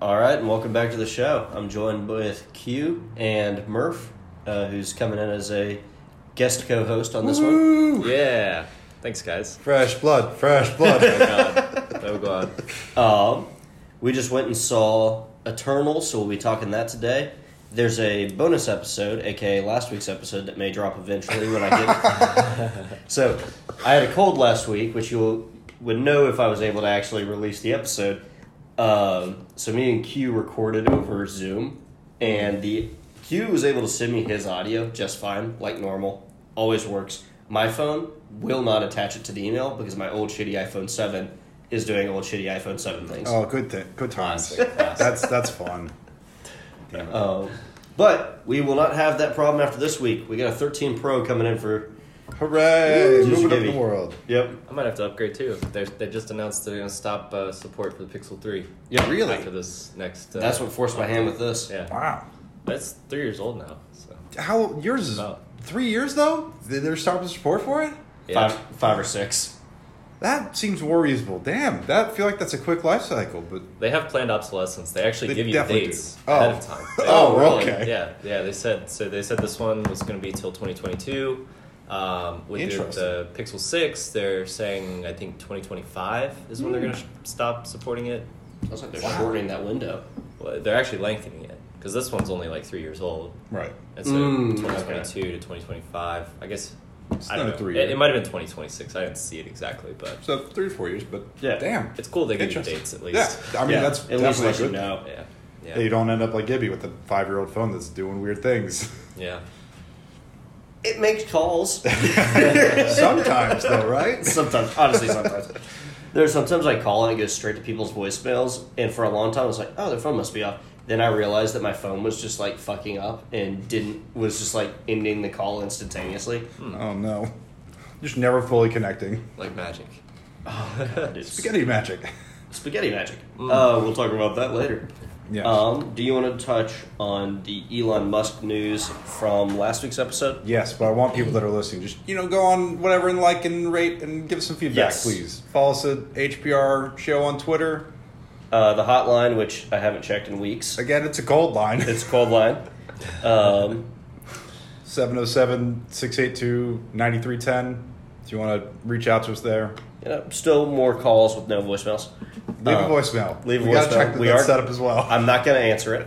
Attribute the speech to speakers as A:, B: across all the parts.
A: All right, and welcome back to the show. I'm joined with Q and Murph, uh, who's coming in as a guest co-host on this one.
B: Yeah. Thanks, guys.
C: Fresh blood, fresh blood.
B: Oh, God. Oh, God.
A: Um, we just went and saw Eternal, so we'll be talking that today. There's a bonus episode, aka last week's episode, that may drop eventually when I get. so, I had a cold last week, which you would know if I was able to actually release the episode. Um, so me and Q recorded over Zoom, and the Q was able to send me his audio just fine, like normal. Always works. My phone will not attach it to the email because my old shitty iPhone seven is doing old shitty iPhone seven things.
C: oh, good, th- good times.
B: Classic, classic. Uh,
C: That's that's fun. Damn it.
A: Um, but we will not have that problem after this week. We got a 13 Pro coming in for.
C: Hooray!
A: Woo,
C: Moving up
A: Jujubee.
C: the world.
A: Yep.
B: I might have to upgrade too. They're, they just announced they're going to stop uh, support for the Pixel 3.
A: Yeah, really?
B: After this next. Uh,
A: That's what forced my hand with this.
B: Yeah.
C: Wow.
B: That's three years old now. So.
C: How yours is
B: About.
C: three years though? They- They're stopping support for it.
B: Yeah.
A: Five, five or six.
C: That seems more reasonable. Damn, that I feel like that's a quick life cycle. But
B: They have planned obsolescence. They actually
C: They
B: give you
C: definitely
B: dates
C: do.
B: ahead
C: Oh.
B: of time.
C: Oh,
B: They-
C: okay.
B: Yeah, yeah. They said so. They said this one was going to be till 2022. Um, with the, the Pixel Six, they're saying I think 2025 is when they're going to sh- stop supporting it.
A: Looks like they're shortening that window.
B: Well, they're actually lengthening it because this one's only like three years old.
C: right,
B: And so
A: Mm,
B: 2022 to 2025, I guess.
C: It's
B: I don't
C: not a
B: know.
C: three-year.
B: it, it might have been 2026. I didn't see it exactly, but
C: so three or four years. But
A: Yeah.
C: damn,
B: it's cool they give you
C: Interesting.
B: dates at
C: yeah.
B: least.
C: I mean,
A: Yeah,
C: that's
A: at least
C: definitely
A: let you
C: good.
A: know.
B: Yeah. Yeah.
C: Hey, you don't end up like Gibby with a five-year-old phone that's doing weird things.
B: yeah.
A: It makes calls.
C: Sometimes though, right?
A: sometimes, honestly, sometimes. There's sometimes I call and it goes straight to people's voicemails, and for a long time I was like, oh, their phone must be off. Then I realized that my phone was just like fucking up and didn't was just like ending the call instantaneously.
C: Oh no, just never fully connecting.
B: Like magic.
A: It's
C: Spaghetti magic.
A: spaghetti magic. Uh, we'll talk about that later.
C: Yeah.
A: Um, do you want to touch on the Elon Musk news from last week's episode?
C: Yes, but I want people that are listening just you know go on whatever and like and rate and give us some feedback,
A: Yes.
C: please. Follow us at HPR Show on Twitter.
A: Uh, the hotline, which I haven't checked in weeks,
C: Again, it's a gold line.
A: it's cold line. Um,
C: 707-682-9310. If you want to reach out to us there,
A: you know, still more calls with no voicemails.
C: leave
A: Uh,
C: a voicemail.
A: leave a
C: we gotta
A: voicemail.
C: check that
A: We
C: that's
A: are-
C: set up as well.
A: I'm not going to answer it.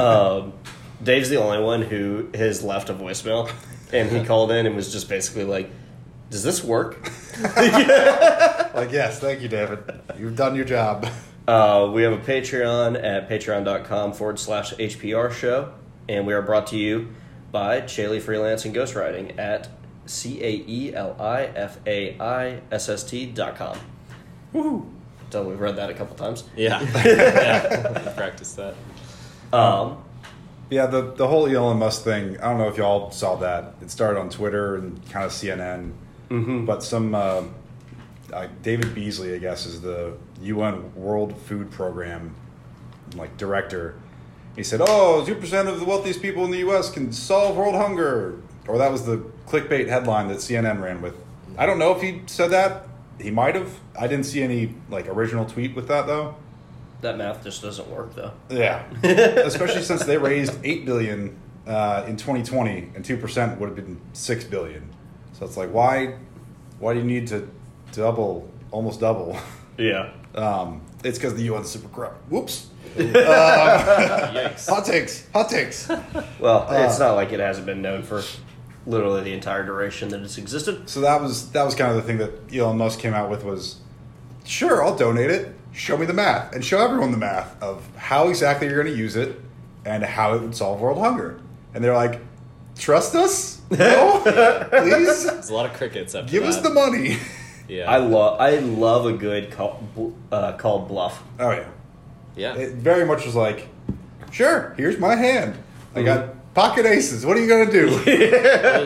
A: Um, Dave's the only one who has left a voicemail, and he called in and was just basically like, "Does this work?"
C: like yes, thank you, David. You've done your job.
A: Uh, we have a Patreon at patreon.com forward slash HPR show, and we are brought to you by Chaley Freelance and Ghostwriting at C A E L I F A I S S T dot com.
C: Woohoo!
A: So we've read that a couple times.
B: Yeah. yeah. Practice that.
A: Um,
C: Yeah, the the whole Elon Musk thing. I don't know if y'all saw that. It started on Twitter and kind of CNN, but some uh, uh, David Beasley, I guess, is the UN World Food Program like director. He said, "Oh, two percent of the wealthiest people in the U.S. can solve world hunger," or that was the clickbait headline that CNN ran with. I don't know if he said that. He might have. I didn't see any like original tweet with that though.
A: that math just doesn't work, though.
C: Yeah, especially since they raised eight billion uh, in 2020, and two percent would have been six billion. So it's like, why, why do you need to double, almost double?
A: Yeah.
C: Um, it's because the UN's super corrupt. Whoops. Uh,
B: Yikes.
C: Hot takes. Hot takes.
A: Well, it's
C: Uh,
A: not like it hasn't been known for literally the entire duration that it's existed.
C: so that was that was kind of the thing that Elon Musk came out with was, sure, I'll donate it. Show me the math and show everyone the math of how exactly you're going to use it and how it would solve world hunger. And they're like, trust us? No, please.
B: There's a lot of crickets after
C: Give
B: that.
C: us the money.
B: Yeah.
A: I love I love a good call, bl- uh, called bluff.
C: oh yeah.
B: yeah.
C: It very much was like, sure, here's my hand.
A: Mm-hmm.
C: I got pocket aces. What are you gonna do?
B: Well,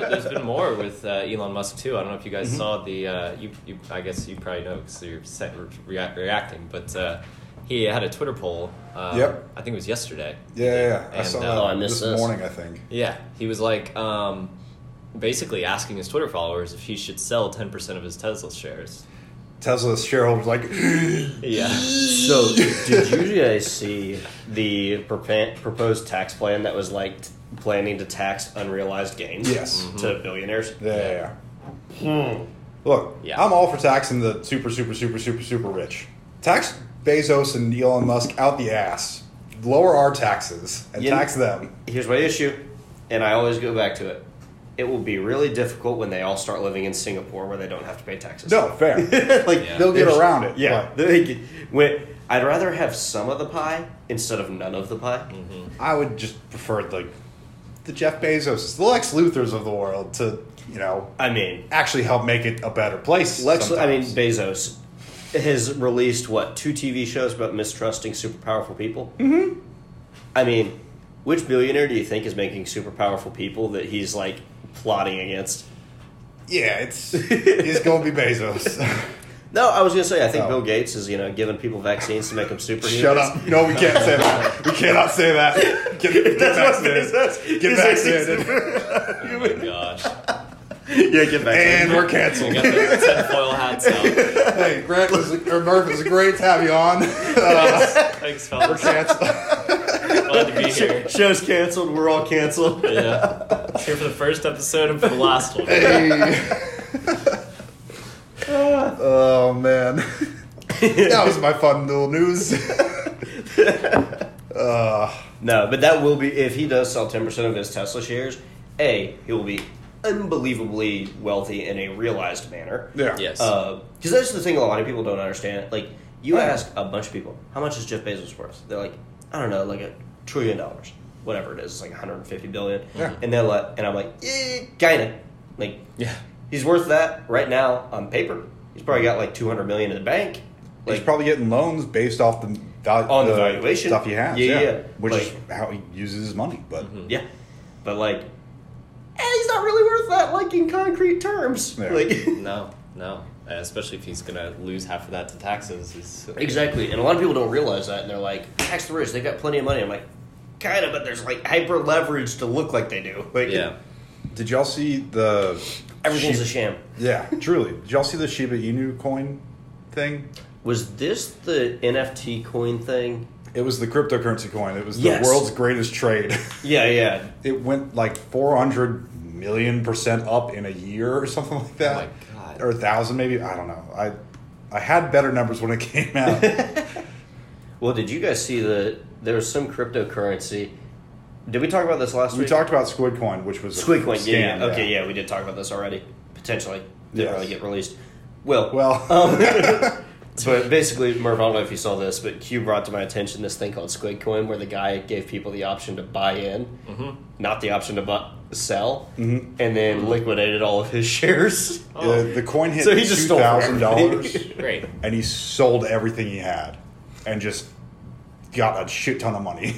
B: There's been more with uh, Elon Musk too. I don't know if you
C: Mm-hmm.
B: guys saw the. Uh, you, you, I guess you probably know because you're set, rea- reacting, but uh, he had a Twitter poll. Uh,
C: Yep.
B: I think it was yesterday.
C: yeah, yeah, yeah. I
B: And,
C: saw
B: uh,
C: that
A: Oh, I
C: this
A: missed this.
C: morning. I think.
B: Yeah, he was like, um, basically asking his Twitter followers if he should sell ten percent of his Tesla shares.
C: Tesla's shareholders like,
B: Yeah.
A: So, did you guys see the propan- proposed tax plan that was like t- planning to tax unrealized gains? Mm-hmm.
C: Yes.
A: To billionaires?
C: Yeah, yeah, yeah.
A: Hmm.
C: Look,
B: Yeah.
C: I'm all for taxing the super, super, super, super, super rich. Tax Bezos and Elon Musk out the ass. Lower our taxes and
A: You-
C: tax them.
A: Here's my issue, and I always go back to it. It will be really difficult when they all start living in Singapore where they don't have to pay taxes.
C: No, fair.
A: like,
B: Yeah.
C: They'll get around it.
A: yeah. they get- when- I'd rather have some of the pie instead of none of the pie.
C: but I would just prefer like the Jeff Bezos, the Lex Luthers of the world to, you know,
A: I mean,
C: actually help make it a better place.
A: Lex, I mean,
C: sometimes.
A: Bezos has released what two TV shows about mistrusting super powerful people. Mm-hmm. I mean, which billionaire do you think is making super powerful people that he's like plotting against?
C: yeah, it's it's going to be Bezos.
A: No, I was gonna say I think
C: Oh.
A: Bill Gates is you know giving people vaccines to make them superhumans.
C: Shut up! No, we can't say that. We cannot say that. Get, get
A: That's what
C: vaccinated.
A: Bezos.
C: Get
A: he's like,
C: vaccinated.
B: Oh my gosh.
A: yeah, get vaccinated.
C: And we're
B: We
C: canceled.
B: got the tinfoil hats out.
C: hey, Grant, it was, or Murph, it was great to have you on. Uh,
B: Thanks, fellas.
C: canceled.
B: Glad to be here.
A: Show's canceled. We're all canceled.
B: Yeah. Here for the first episode and for the last one.
C: oh man, that was my fun little news. uh,
A: No, but that will be if he does sell ten percent of his Tesla shares. A, he will be unbelievably wealthy in a realized manner.
C: yeah.
B: Yes.
A: Because that's the thing a lot of people don't understand. Like, you
C: Oh, yeah.
A: ask a bunch of people, how much is Jeff Bezos worth? They're like, I don't know, like a trillion dollars, whatever it is, it's like 150 billion.
C: Yeah.
A: And they're like, and I'm like, eh, kinda. Like,
B: yeah.
A: he's worth that right now on paper. He's probably got like 200 million in the bank.
C: He's
A: Like,
C: probably getting loans based off the val-
A: On the valuation.
C: stuff he has.
A: Yeah,
C: Yeah,
A: yeah.
C: which is
A: Like- Mm-hmm.
C: how he uses his money. But
A: yeah, but like, eh, he's not really worth that, like in concrete terms.
C: Yeah.
A: Like.
B: No, no. Uh, especially if he's gonna lose half of that to taxes. Is
A: Exactly, and a lot of people don't realize that, and they're like, "Tax the rich; they've got plenty of money." I'm like, "Kind of, but there's like hyper leverage to look like they do. Like,
B: Yeah.
C: did y'all see the
A: everything's
C: Shib-
A: a sham."
C: Yeah, truly. Did y'all see the Shiba Inu coin thing?
A: Was this the NFT coin thing?
C: It was the cryptocurrency coin. It was the
A: Yes.
C: world's greatest trade.
A: Yeah, yeah.
C: it went like 400 million percent up in a year or something like that.
B: Oh my God.
C: Or a thousand maybe. I don't know. I I had better numbers when it came out.
A: Well, did you guys see the? There was some cryptocurrency. Did we talk about this last
C: we
A: week?
C: talked about Squid Coin, which was a
A: Squid coin.
C: scam,
A: Yeah, yeah. Okay, yeah. we did talk about this already. Potentially, didn't
C: Yes.
A: really get released. Well,
C: Well,
A: But basically, Merv, I don't know if you saw this, but Q brought to my attention this thing called Squid Coin, where the guy gave people the option to buy in,
B: Mm-hmm.
A: not the option to buy, sell, and then liquidated all of his shares.
C: the, the coin hit
A: Oh. So he just
C: two
A: stole
C: thousand dollars,
A: everything.
B: Great.
C: and he sold everything he had, and just got a shit ton of money.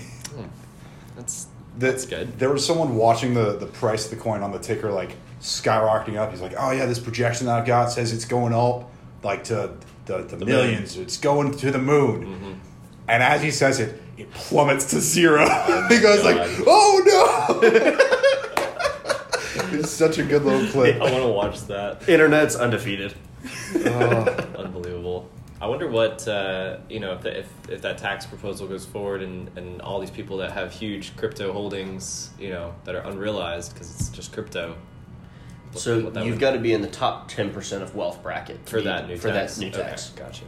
B: That's
C: The-
B: that's good.
C: There was someone watching the, the price of the coin on the ticker like skyrocketing up. He's like, oh yeah, this projection that I've got says it's going up like to the, the, millions. It's going to the moon. And as he says it, it plummets to zero. he goes like,
B: God.
C: oh no. it's such a good little
B: I
C: clip.
B: want to watch that.
A: Internet's undefeated.
C: Oh,
B: Unbelievable. I wonder what uh, you know if, the, if if that tax proposal goes forward and, and all these people that have huge crypto holdings, you know, that are unrealized because it's just crypto. What-
A: So
B: what that
A: you've
B: would-
A: got to be in the top ten percent of wealth bracket to
B: for
A: be-
B: that new
A: for
B: tax.
A: that new
B: Okay,
A: tax.
B: gotcha.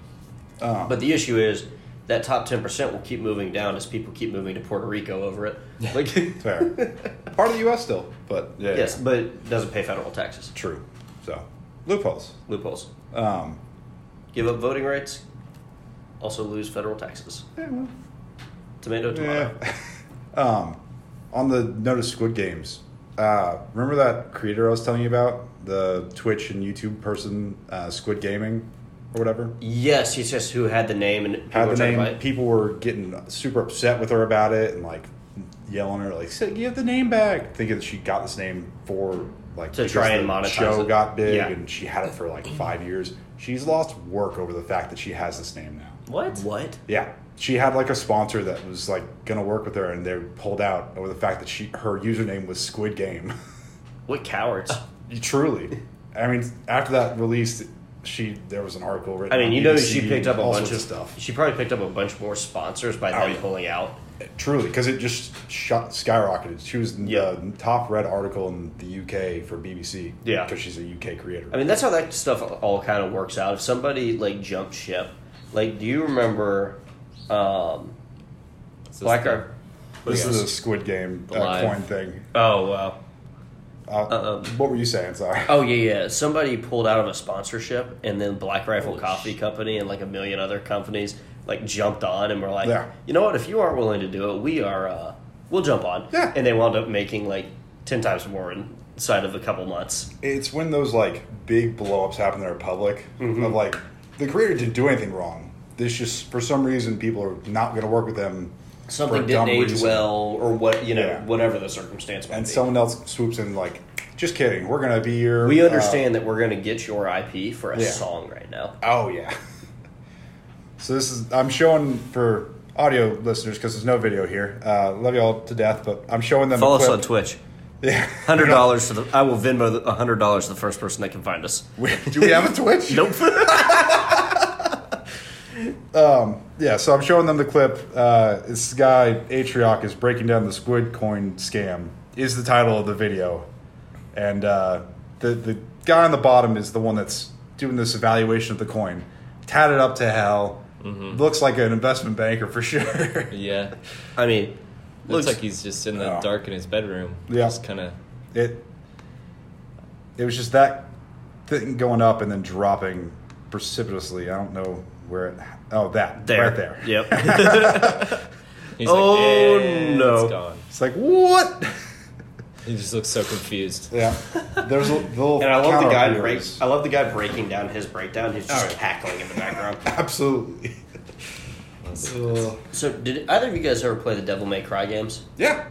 C: oh.
A: But the issue is that top ten percent will keep moving down as people keep moving to Puerto Rico over it. Like,
C: fair. Part of the U.S. still, but yeah,
A: yes, but it doesn't pay federal taxes.
C: true. So loopholes.
A: Loopholes.
C: Um,
A: Give up voting rights. Also lose federal taxes.
C: yeah, well,
A: Tomato, tomato.
C: Yeah. um, on the note of Squid Games, uh, remember that creator I was telling you about, the Twitch and YouTube person, uh, Squid Gaming, or whatever.
A: Yes, he's just who had the name and people
C: Had
A: were
C: the
A: trying to
C: name.
A: buy it.
C: People were getting super upset with her about it and like yelling at her, like, "Say- "Give the name back!" Thinking that she got this name for like
A: To
C: because
A: try and
C: the
A: monetize
C: Show
A: it.
C: got big
A: Yeah.
C: and she had it for like five years. She's lost work over the fact that she has this name now.
B: What?
A: What?
C: Yeah, she had like a sponsor that was like gonna work with her, and they pulled out over the fact that she her username was Squid Game. Ah.
A: What cowards?
C: Truly, I mean, after that release, she there was an article written.
A: I mean,
C: on
A: you know,
C: BBC,
A: she picked up a
C: all
A: bunch
C: sorts
A: of
C: stuff.
A: She probably picked up a bunch more sponsors by
C: Oh,
A: them
C: yeah.
A: pulling out.
C: Truly, because it just shot skyrocketed. She was the top read article in the UK for BBC.
A: Yeah.
C: because she's a UK creator.
A: I mean, that's how that stuff all kind of works out. If somebody like jumped ship, like, do you remember um,
B: It's just
A: Black
B: the-
A: Ar-
C: this
B: yeah.
C: is a Squid Game uh,
B: Live.
C: coin thing.
A: Oh wow.
C: Uh,
A: Uh, um,
C: what were you saying? Sorry.
A: Oh yeah, yeah. Somebody pulled out of a sponsorship, and then Black Rifle
B: Holy
A: Coffee
B: shit.
A: Company and like a million other companies like jumped on, and were like,
C: Yeah.
A: you know what? If you aren't willing to do it, we are. Uh, we'll jump on.
C: Yeah.
A: And they wound up making like ten times more inside of a couple months.
C: It's when those like big blow ups happen that are public of like the creator didn't do anything wrong. This just for some reason people are not going to work with them. for a
A: Something
C: dumb
A: didn't age
C: reason.
A: well, or what you know,
C: Yeah.
A: whatever the circumstance. Might
C: and
A: be.
C: someone else swoops in like, just kidding. We're going to be your.
A: we
C: uh,
A: understand that we're going to get your IP for a
C: Yeah.
A: song right now.
C: Oh yeah. so this is I'm showing for audio listeners because there's no video here. Uh, love you all to death, but I'm showing them. a
A: Follow us
C: clip.
A: on Twitch.
C: Yeah.
A: Hundred dollars to the. I will Venmo the hundred dollars to the first person that can find us.
C: Do we have a Twitch?
A: Nope.
C: Yeah, so I'm showing them the clip. Uh, this guy Atrioc is breaking down the squid coin scam. Is the title of the video, and uh, the the guy on the bottom is the one that's doing this evaluation of the coin, tatted up to hell.
A: Mm-hmm.
C: Looks like an investment banker for sure.
B: Yeah.
A: I mean,
B: Looks like he's just in the
C: Yeah.
B: dark in his bedroom.
C: Yeah.
B: Just kind of.
C: it it was just that thing going up and then dropping precipitously. I don't know where it. Oh, that
A: there.
C: right there.
A: Yep.
B: He's
A: Oh,
B: like, "Yeah,
A: no.
B: It's gone.
C: It's like what?
B: He just looks so confused.
C: Yeah, there's a little.
A: and I love the guy
C: counter
A: break,
C: viewers.
A: I love the guy breaking down his breakdown. He's just
C: Oh, yeah.
A: cackling in the background.
C: Absolutely.
A: so, did either of you guys ever play the Devil May Cry games?
C: yeah,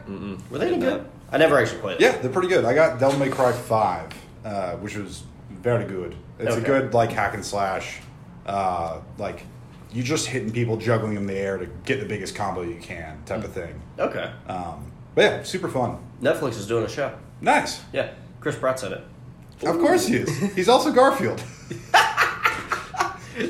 A: Were they any
B: No.
A: good? I never actually played.
C: yeah, they're pretty good. I got Devil May Cry Five, uh, which was very good. It's a
A: Okay.
C: good like hack and slash, uh, like you just hitting people, juggling them in the air to get the biggest combo you can, type of thing.
A: It. Okay.
C: Um, but yeah, super fun.
A: Netflix is doing a show.
C: Nice.
A: Yeah, Chris Pratt's in it.
C: Of course he is. He's also Garfield.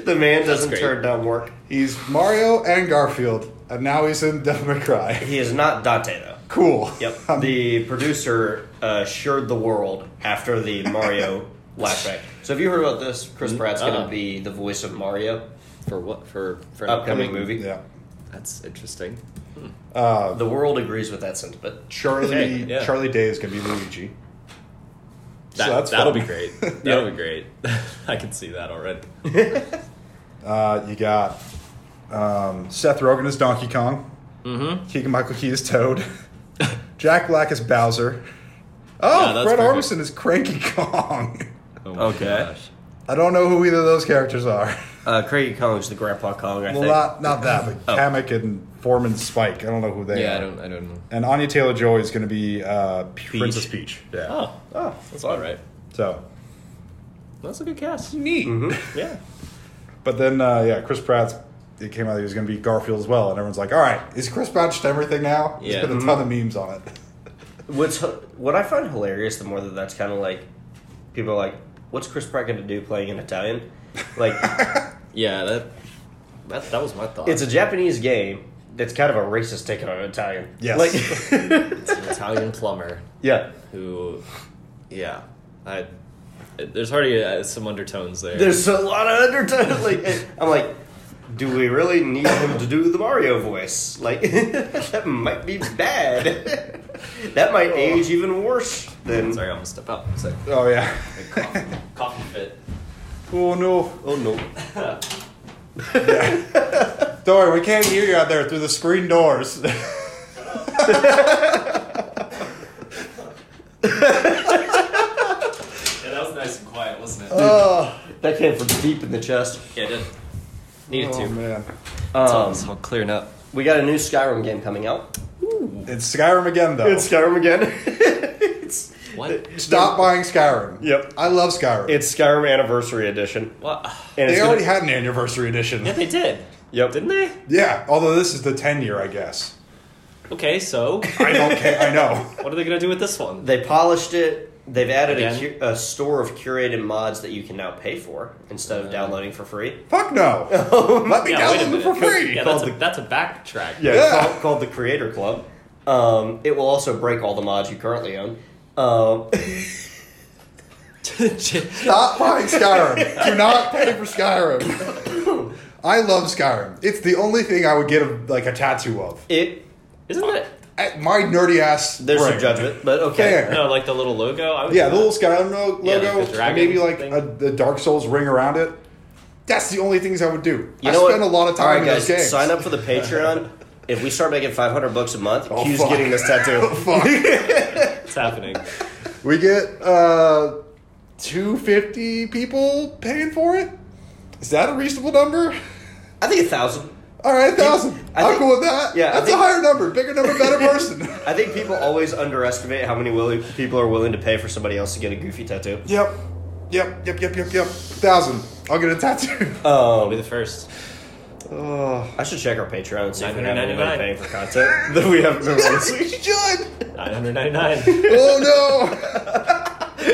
A: The man doesn't
B: great.
A: turn down work.
C: He's Mario and Garfield, and now he's in Devil May Cry.
A: He is not Dante though.
C: Cool.
A: Yep.
C: Um,
A: The producer uh, assured the world after the Mario flashback. So, have you heard about this? Chris Pratt's going
B: uh-uh.
A: to be the voice of Mario.
B: For what? For for an
A: Upcoming movie.
C: yeah. Um,
B: That's interesting.
A: The world agrees with that sentiment.
C: Charlie
B: Okay, yeah.
C: Charlie Day is gonna be Luigi.
B: That,
C: that's
B: that'll
C: fun.
B: be great. That'll be great. I can see that already.
C: Uh, you got um, Seth Rogen as Donkey Kong. Mm-hmm. Keegan Michael Key is Toad. Jack Black is
B: Yeah,
C: Bowser. Oh,
B: that's
C: Fred
B: perfect.
C: Armisen is Cranky Kong.
B: Oh my
A: Okay.
B: gosh.
C: I don't know who either of those characters are.
A: Uh, Craig Collins, the Grandpa Kong, I
C: Well,
A: think.
C: not not that, but Kamek and Foreman Spike. I don't know who they
B: Oh. Yeah,
C: are.
B: I don't. I don't know.
C: And Anya Taylor Joy is going to be uh, Princess Peach. Yeah.
B: Oh,
A: Oh,
B: that's all right.
C: So
B: That's a good cast.
C: neat.
B: Yeah.
C: But then, uh, yeah, Chris Pratt's. It came out that he was going to be Garfield as well, and everyone's like, "All right, is Chris Pratt just everything now?"
B: Yeah.
C: There's been a
A: Mm-hmm.
C: ton of memes on it.
A: What's what I find hilarious, the more that that's kind of like people are like, "What's Chris Pratt going to do playing an Italian?" Like,
B: Yeah. That. That, that was my thought.
A: it's a Japanese game that's kind of a racist take on an Italian.
C: Yes.
A: Like,
B: It's an Italian plumber
A: yeah.
B: who, yeah, I. There's already uh, some undertones there.
A: There's a lot of undertone. Like, I'm like, do we really need him to do the Mario voice? Like, that might be bad. that might age even worse than.
B: Sorry, I'm gonna step out. It's like
C: Oh yeah.
B: coffee fit.
C: oh no.
A: Oh no.
C: Don't worry, we can't hear you out there through the screen doors.
B: Yeah, that was nice and quiet, wasn't it?
C: oh,
A: That came from deep in the chest.
B: yeah, it did. Needed
C: oh,
B: to.
C: man.
B: It's all,
A: Um,
B: it's all clearing up.
A: we got a new Skyrim game coming out.
C: It's Skyrim again, though.
A: It's Skyrim again. it's
B: What?
C: Stop buying Skyrim.
A: Yep.
C: I love Skyrim.
A: it's Skyrim Anniversary Edition.
B: What?
A: And
C: they
A: it's
C: already
A: gonna-
C: had an anniversary edition.
B: Yeah, they did.
A: Yep.
B: Didn't they?
C: yeah. Although this is the ten year, I guess.
B: Okay, so
C: I don't care. I know.
B: what are they gonna do with this one?
A: they polished it. They've added a,
B: Again?
A: cu- a store of curated mods that you can now pay for instead of downloading for free.
C: Fuck no. Let me
B: Yeah, wait a
C: download them
B: minute.
C: for free.
B: Yeah, that's a, that's a backtrack.
A: Yeah,
C: Yeah.
A: Called, called the Creator Club. Um, it will also break all the mods you currently own. Um,
C: Stop buying Skyrim. Do not pay for Skyrim. I love Skyrim. It's the only thing I would get a, like a tattoo of.
A: it
B: Isn't that
C: At my nerdy ass.
A: there's
C: brain.
A: some judgment, but okay.
C: Fair.
B: no like the little logo? I would
C: Yeah,
B: do
C: the
B: that.
C: little Skyrim lo-
B: Yeah, like
C: logo,
B: the dragon
C: and maybe like
B: thing.
C: a, the Dark Souls ring around it. That's the only things I would do.
A: You
C: I
A: know
C: spend
A: what?
C: a lot of
A: All
C: time
A: right,
C: in
A: guys,
C: those games.
A: sign up for the Patreon. if we start making 500 bucks a month,
C: Oh,
A: Q's
C: fuck.
A: getting this tattoo.
C: Fuck.
B: It's happening.
C: we get uh, two fifty people paying for it. Is that a reasonable number?
A: I think a thousand.
C: All right, a thousand.
A: I
C: I'm
A: think-
C: cool with that.
A: yeah, I
C: that's
A: think-
C: a higher number, bigger number, better person.
A: I think people always underestimate how many willi- people are willing to pay for somebody else to get a goofy tattoo.
C: yep, yep, yep, yep, yep, yep. Thousand. I'll get a tattoo.
B: I'll be
A: Um,
B: the first.
C: Oh,
A: I should check our Patreon and see if we have anyone
B: 999.
A: paying for content that we haven't been releasing.
C: we should.
B: Nine hundred ninety nine.
C: Oh no.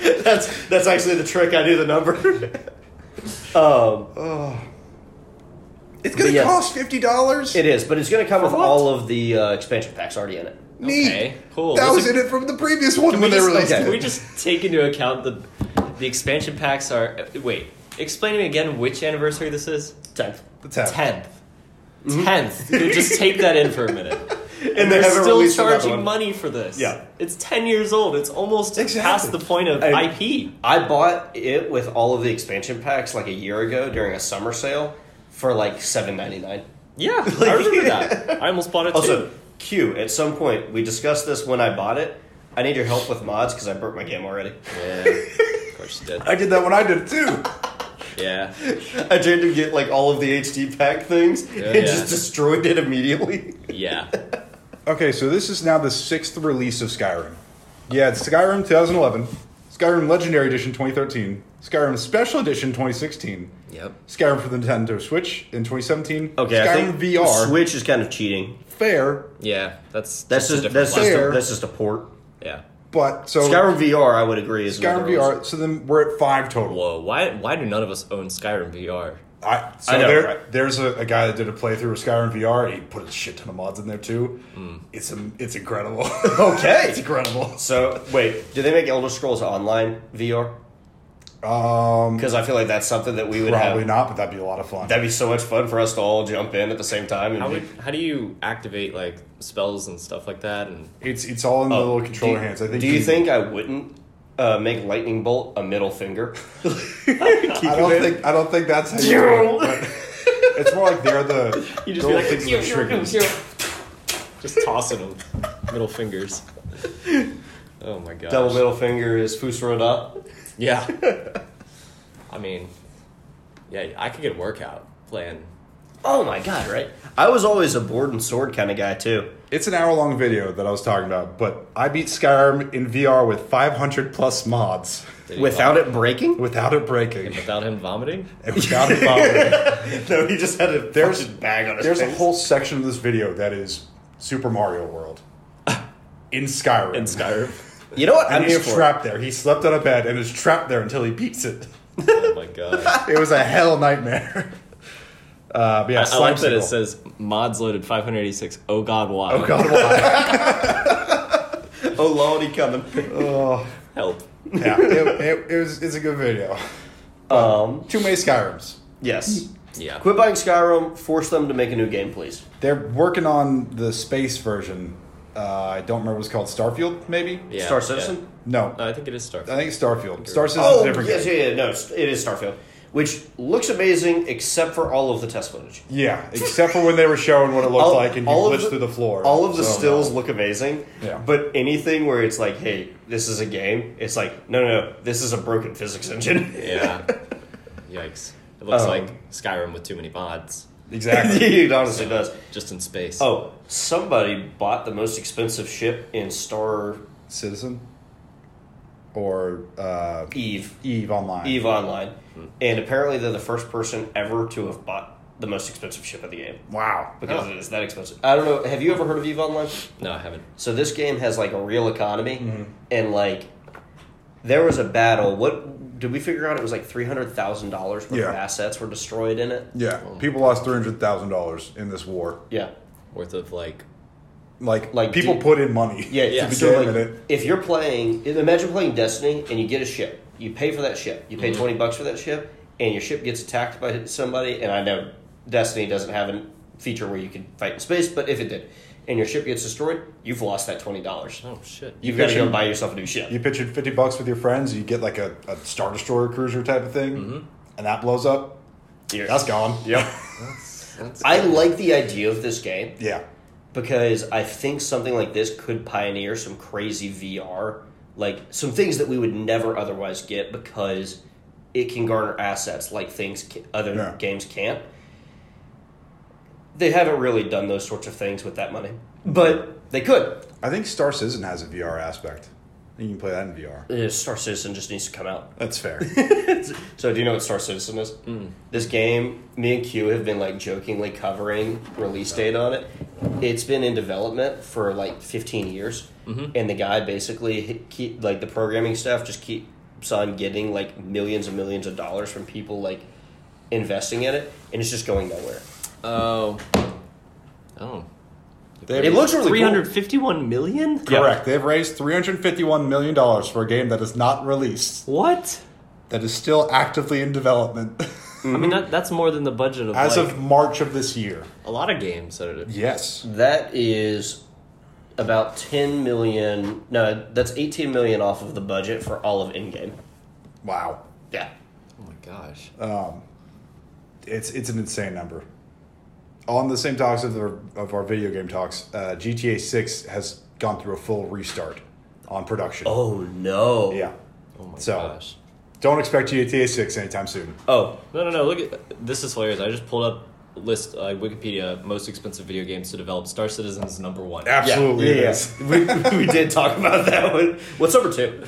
A: that's that's actually the trick. I knew the number. um,
C: It's gonna
A: But yeah.
C: cost fifty dollars.
A: it is, but it's going to come with
B: what?
A: all of the uh, expansion packs already in it.
C: Neat.
B: Okay, cool.
C: That
B: Let's-
C: was in it from the previous one when
B: we
C: they
B: just,
C: released
A: okay.
B: Can we
C: it.
B: just take into account the the expansion packs are uh, wait. Explain to me again which anniversary this is.
A: Tenth.
C: The tab.
B: Tenth.
C: Mm-hmm.
B: Tenth. Dude, just take that in for a minute.
A: And
B: They're still charging
A: one.
B: money for this.
A: Yeah.
B: It's ten years old. It's almost
C: Exactly.
B: past the point of
A: I-
B: IP.
A: I bought it with all of the expansion packs like a year ago during a summer sale for like seven ninety nine.
B: Yeah, I remember that. I almost bought it
A: Also,
B: too.
A: Q. At some point, we discussed this when I bought it. I need your help with mods because I burnt my game already.
B: Yeah, of course you did.
C: I did that when I did it too.
B: Yeah,
A: I tried to get like all of the HD pack things and
B: yeah.
A: just destroyed it immediately.
B: yeah.
C: Okay, so this is now the sixth release of Skyrim. Yeah, it's Skyrim 2011, Skyrim Legendary Edition 2013, Skyrim Special Edition 2016,
B: Yep.
C: Skyrim for the Nintendo Switch in 2017,
A: Okay, I
C: Skyrim
A: think
C: VR,
A: Switch is kind of cheating.
C: fair,
B: Yeah, that's
A: That's
B: a
A: just,
B: different
A: that's just
B: platform.
A: a,
C: Fair.
A: that's just a port.
B: yeah.
C: but so
A: Skyrim VR, I would agree is
C: Skyrim
A: another release.
C: VR. So then we're at five total.
B: Whoa, why why do none of us own Skyrim VR?
C: I, so
A: I know,
C: there,
A: right?
C: there's a, a guy that did a playthrough of Skyrim VR. He put a shit ton of mods in there too. It's a, it's incredible.
A: Hmm. Okay.
C: it's incredible.
A: So wait, do they make Elder Scrolls Online VR?
C: Um,
A: Because I feel like that's something that we would
C: probably
A: have.
C: not, but that'd be a lot of fun.
A: That'd be so much fun for us to all jump in at the same time. And
B: How
A: be-
B: would how do you activate like spells and stuff like that? And
C: it's it's all in the little controller
A: Oh, do, you-
C: hands. I think.
A: Do you think I wouldn't uh, make lightning bolt a middle finger?
C: I don't think I don't think that's how you. do it, but It's more like they're the
B: you
C: they're the things that triggers.
B: just tossing them middle fingers. Oh my god.
A: Double middle finger is Fusaroda.
B: Yeah. I mean, yeah, I could get a workout playing.
A: Oh my god! Right. I was always a board and sword kind of guy too.
C: It's an hour long video that I was talking about, but I beat Skyrim in VR with 500 plus mods
B: Did he
A: Without
B: vom-
A: it breaking.
C: without it breaking
B: without him vomiting.
C: and without it bothering.
A: no, he just had a
C: There's-
A: fucking bag on his
C: There's a
A: face.
C: whole section of this video that is Super Mario World in Skyrim.
B: In Skyrim.
A: You know what?
C: And
A: I'm
C: he
A: just
C: is
A: for. it.
C: trapped there. He slept on a bed and is trapped there until he beats it.
B: oh my god.
C: It was a hell nightmare. Uh, but yeah,
B: I like that it
C: Slimesicle.
B: says mods loaded 586. Oh god, why?
C: Oh God, why?
A: Oh lordy, coming.
B: Help.
C: yeah, it, it, it was. It's a good video.
A: Um.
C: Too many Skyrims.
A: Yes.
B: Yeah.
A: Quit buying Skyrim. Force them to make a new game, please.
C: They're working on the space version. Uh, I don't remember what it's called. Starfield, maybe.
B: Yeah,
A: Star
B: yeah.
A: Citizen.
C: No,
B: No, I think it is Star.
C: I think it's Starfield. Star Citizen's a
A: Oh,
C: different
A: yes,
C: game.
A: yeah, yeah, no, it's- it is Starfield, which looks amazing except for all of the test footage.
C: Yeah, except for when they were showing what it looked
A: All-
C: like and you
A: all of
C: glitched
A: the-
C: through the floor.
A: All of the
C: So,
A: stills look amazing,
C: Yeah.
A: but anything where it's like, "Hey, this is a game," it's like, "No, no, no, this is a broken physics engine."
B: Yeah. Yikes. It looks
A: Um,
B: like Skyrim with too many mods,
C: Exactly.
A: it honestly does.
B: just in space.
A: Oh, somebody bought the most expensive ship in Star
C: Citizen or uh,
A: Eve,
C: Eve Online. Hmm.
A: Eve Online, and apparently they're the first person ever to have bought the most expensive ship of the game
C: Wow.
A: because
B: Oh.
A: it's that expensive. I don't know. Have you ever heard of Eve Online?
B: No, I haven't.
A: So this game has like a real economy,
C: Mm-hmm.
A: and like there was a battle. What did we figure out? It was like three hundred thousand dollars worth
C: Yeah.
A: of assets were destroyed in it.
C: Yeah. People lost three hundred thousand dollars in this war.
A: Yeah,
B: Worth of like
C: Like,
A: Like,
C: people
A: do-
C: put in money.
A: yeah.
C: To
A: yeah.
C: be
A: So
C: damn in
A: like,
C: it.
A: if you're playing, imagine playing Destiny and you get a ship. You pay for that ship. You
C: Mm-hmm.
A: pay twenty bucks for that ship, and your ship gets attacked by somebody. And I know Destiny doesn't have a feature where you can fight in space, but if it did, and your ship gets destroyed, you've lost that twenty dollars.
B: oh shit.
A: You've got to go
C: Fishing-
A: buy yourself a new ship.
C: You pitch in fifty bucks with your friends, you get like a, a star destroyer cruiser type of thing,
A: Mm-hmm.
C: and that blows up.
A: You're-
C: That's gone.
A: Yep.
B: That's, that's
A: I like the idea of this game
C: Yeah.
A: because I think something like this could pioneer some crazy VR, like some things that we would never otherwise get because it can garner assets like things ca- other
C: Yeah.
A: games can't. They haven't really done those sorts of things with that money, but they could.
C: I think Star Citizen has a VR aspect. You can play that in VR.
A: Uh, Star Citizen just needs to come out.
C: That's fair.
A: So, do you know what Star Citizen is? This game, me and Q have been like jokingly covering release date on it. It's been in development for like 15 years, and the guy basically he- keep like the programming staff just keeps on getting like millions and millions of dollars from people like investing in it, and it's just going nowhere.
B: oh oh.
C: They-
A: It looks really
B: Three
A: cool.
B: hundred fifty-one million.
C: Correct. They've raised three hundred fifty-one million dollars for a game that is not released,
B: What?
C: that is still actively in development
B: I mean, that, that's more than the budget of
C: Mm-hmm. as
B: like,
C: of March of this year.
B: a lot of games. That are,
C: Yes.
A: That is about 10 million. No, that's 18 million off of the budget for all of in game.
C: Wow.
A: Yeah.
B: oh my gosh.
C: Uh, It's it's an insane number. On the same talks of our, of our video game talks, uh, GTA Six has gone through a full restart on production.
A: Oh no.
C: Yeah.
B: oh my
C: so-
B: gosh.
C: Don't expect GTA Six anytime soon.
A: Oh,
B: No, no, no. Look at this is hilarious. I just pulled up list uh, Wikipedia most expensive video games to develop. Star Citizen's number one.
C: Absolutely,
A: Yeah,
C: it
A: yeah,
C: is.
A: yeah. we, we did talk about that one. What's number two?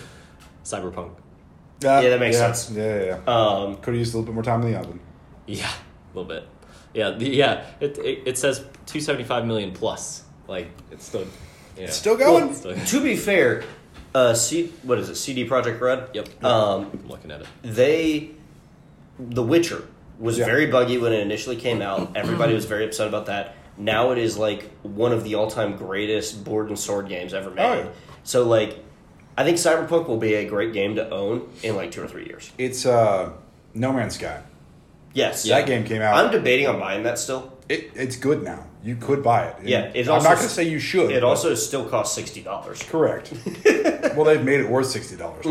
B: Cyberpunk.
C: Uh,
A: Yeah, that makes
C: yeah,
A: sense.
C: Yeah, yeah. yeah.
A: Um,
C: Could have used a little bit more time in the oven.
B: Yeah, a little bit. Yeah, the, yeah. It, it it says two seventy five million plus. Like it's still. Yeah.
C: Still going.
A: well, to be fair, uh, C, what is it? CD Project Red.
B: Yep.
A: Um,
B: I'm looking at it.
A: they, The Witcher was
C: Yeah.
A: very buggy when it initially came out. Everybody was very upset about that. Now it is like one of the all time greatest board and sword games ever made.
C: Oh, yeah.
A: So like, I think Cyberpunk will be a great game to own in like two or three years.
C: It's uh, No Man's Sky.
A: Yes,
C: That game came out.
A: I'm debating on buying that still.
C: It, it's good now. You could buy it.
A: Yeah,
C: And
A: it
C: I'm
A: also-
C: not going to say you should.
A: It
C: but-
A: also still costs sixty dollars.
C: correct. well, they've made it worth sixty dollars.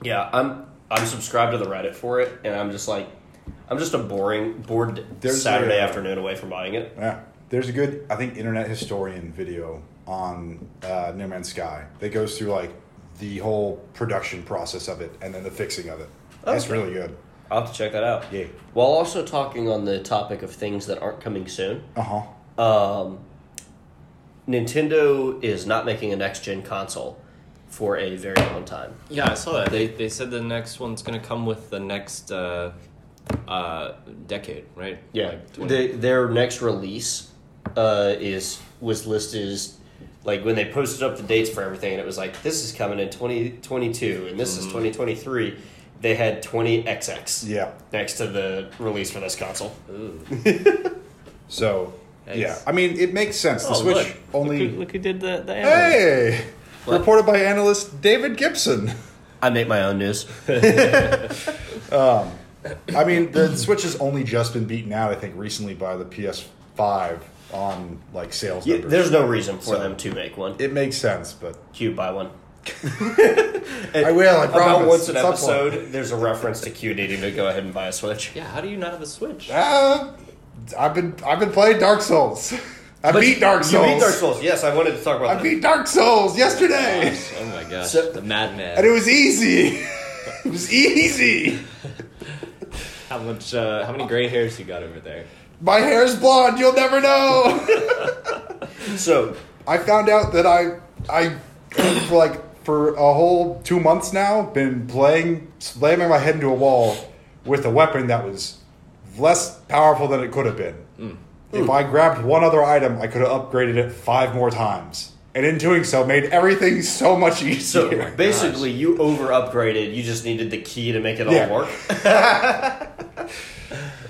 A: Yeah, I'm I'm subscribed to the Reddit for it, and I'm just like, I'm just a boring bored
C: There's
A: Saturday
C: a-
A: afternoon away from buying it.
C: Yeah, there's a good I think internet historian video on uh, No Man's Sky that goes through like the whole production process of it and then the fixing of it. That's
A: Okay.
C: really good.
A: I'll have to check that out.
C: Oh. Yeah.
A: While also talking on the topic of things that aren't coming soon,
C: Uh huh.
A: um, Nintendo is not making a next gen console for a very long time.
B: Yeah, I saw that. They they said the next one's gonna come with the next uh, uh, decade, right? Like 20
A: They- their next release uh, is was listed as like when they posted up the dates for everything, and it was like this is coming in twenty twenty two, and this is twenty twenty three. They had twenty XX
C: Yeah.
A: next to the release for this console.
B: Ooh.
C: So
B: Yikes.
C: yeah, I mean it makes sense. The
B: Oh,
C: Switch
B: look.
C: only.
B: Look who, look who did the the. analyst.
C: Hey, reported by analyst David Gibson.
A: I make my own news.
C: I mean the Switch has only just been beaten out. I think recently by the PS5 on like sales numbers.
A: There's no reason for
C: So-
A: them to make one.
C: it makes sense, but
A: Q buy one.
C: I will. I promise.
A: About once an
C: At some point.
A: episode, there's a reference to Q needing to go ahead and buy a Switch.
B: Yeah, how do you not have a Switch?
C: Uh, I've been I've been playing Dark Souls. I beat Dark
A: You
C: Souls.
A: beat Dark Souls. Yes, I wanted to talk about
C: I
A: that.
C: beat Dark Souls yesterday,
B: Oh my gosh,
A: So-
B: the madman.
C: and it was easy. it was easy.
B: How much? Uh, how many gray hairs you got over there?
C: My hair's blonde. You'll never know.
A: so
C: I found out that I I for like for a whole two months now been playing slamming my head into a wall with a weapon that was less powerful than it could have been. If I grabbed one other item, I could have upgraded it five more times. And in doing so, made everything so much easier.
A: So basically, you over upgraded. You just needed the key to make it all
C: Yeah.
A: work.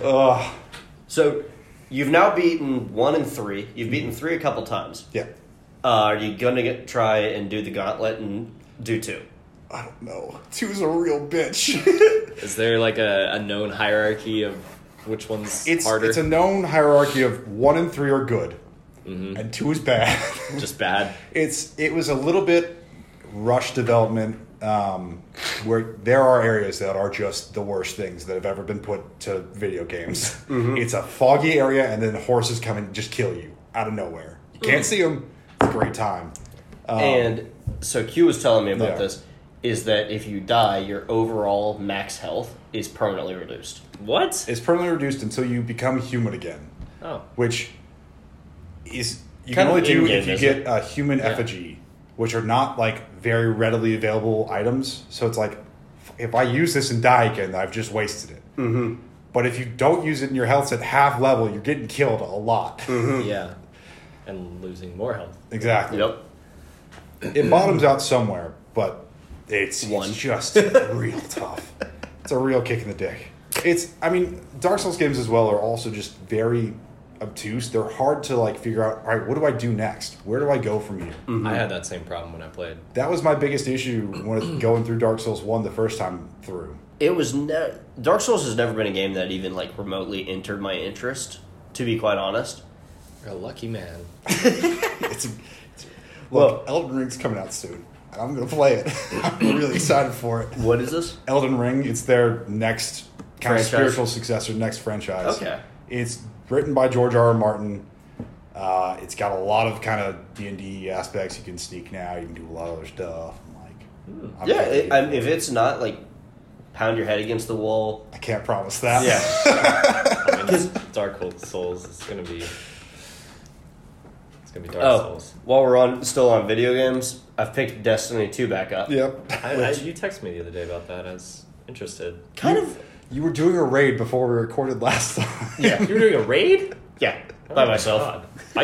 C: Ugh.
A: So you've now beaten one and three. You've beaten three a couple times.
C: yeah.
A: Uh, are you gonna get, try and do the gauntlet and do two?
C: I don't know. Two's a real bitch.
B: Is there like a, a known hierarchy of which one's
C: it's
B: harder?
C: it's a known hierarchy of one and three are good, and two is bad.
B: Just bad.
C: it's it was a little bit rush development um, where there are areas that are just the worst things that have ever been put to video games. It's a foggy area, and then horses come and just kill you out of nowhere. You can't see 'em. see them. It's a great time. Um,
B: Um,
A: and so Q was telling me about
C: Yeah.
A: this is that if you die, your overall max health is permanently reduced.
B: What?
C: It's permanently reduced until you become human again,
B: Oh.
C: which is you
A: Kind
C: can
A: of
C: only do
A: in-game,
C: if you
A: isn't
C: get a human effigy, which are not like very readily available items. So it's like if I use this and die again, I've just wasted it. Mm-hmm. But if you don't use it and your health's at half level, you're getting killed a lot.
B: Yeah. And losing more health.
C: Exactly.
A: Yep.
C: It bottoms out somewhere, but it's, it's
A: One.
C: just real tough. It's a real kick in the dick. It's I mean, Dark Souls games as well are also just very obtuse. They're hard to like figure out, all right, what do I do next? Where do I go from here?
A: Mm.
B: I had that same problem when I played.
C: That was my biggest issue when going through Dark Souls 1 the first time through.
A: It was ne- Dark Souls has never been a game that even like remotely entered my interest. To be quite honest,
B: You're a lucky man.
C: It's, it's look, Elden Ring's coming out soon. and I'm gonna play it. I'm really excited for it.
A: what is this?
C: Elden Ring. It's their next kind
A: Franchise.
C: of spiritual successor, next franchise.
A: Okay.
C: It's written by George R. R. Martin. Uh, it's got a lot of kind of D and D aspects. You can sneak now. You can do a lot of other stuff. I'm like, I'm
A: Hmm. yeah,
C: really-
A: it, I mean, if it's not like pound your head against the wall,
C: I can't promise that.
B: I mean, Dark Souls is gonna be. It's gonna be Dark
A: Oh,
B: Souls.
A: while we're on still on video games, I've picked Destiny two back up.
C: yep.
B: I, I, you texted me the other day about that. I was interested.
A: Kind of.
C: You were doing a raid before we recorded last time.
A: Yeah.
B: You were doing a raid
A: Yeah.
B: Oh
A: by
B: my
A: myself.
B: God. By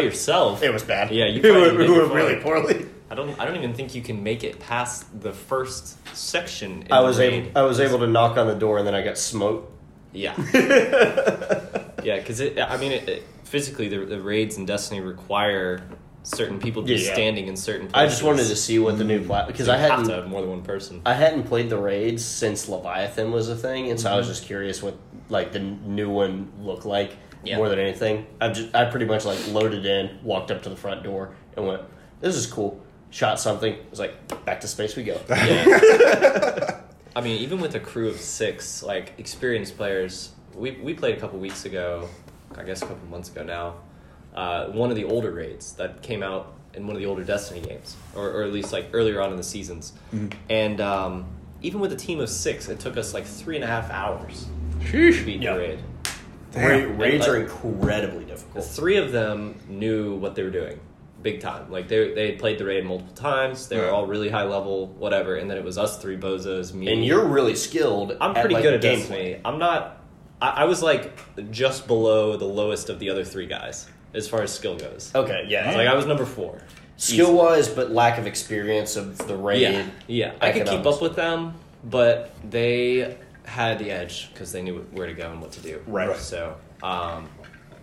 B: yourself.
A: It was bad.
B: Yeah, you
A: we
B: probably
A: were,
B: did
A: we
B: it
A: were
B: before.
A: really poorly.
B: I don't. I don't even think you can make it past the first section. In
A: I was
B: the raid.
A: able. I was able to knock on the door, and then I got smoked.
B: Yeah. yeah, because it. I mean, it, it, physically, the, the raids in Destiny require certain people to be
A: Yeah.
B: standing in certain.
A: I
B: places.
A: just wanted to see what the new plat because
B: Mm. You
A: I
B: have
A: hadn't.
B: to have more than one person.
A: I hadn't played the raids since Leviathan was a thing, and so
B: Mm-hmm.
A: I was just curious what like the n- new one looked like
B: Yeah.
A: more than anything. I just I pretty much like loaded in, walked up to the front door, and went, "This is cool." Shot something. Was like, "Back to space we go."
B: I mean, even with a crew of six, like experienced players, we we played a couple weeks ago, I guess a couple months ago now. Uh, one of the older raids that came out in one of the older Destiny games, or, or at least like earlier on in the seasons, and um, even with a team of six, it took us like three and a half hours to beat
A: Yeah.
B: the raid.
A: Ra-
C: Damn.
A: raids are
B: Like-
A: incredibly
B: The
A: difficult.
B: three of them knew what they were doing, big time. Like they they had played the raid multiple times. They were
C: Yeah.
B: all really high level, whatever. And then it was us three bozos, me,
A: And you're really skilled.
B: I'm pretty
A: like,
B: good at
A: game
B: Destiny. I'm not. I, I was like just below the lowest of the other three guys as far as skill goes.
A: Okay, yeah.
B: Like I was number four.
A: skill wise, but lack of experience of the raid.
B: Yeah, yeah. I could keep
A: economics.
B: up with them, but they had the edge because they knew where to go and what to do.
A: Right. Right.
B: So, um,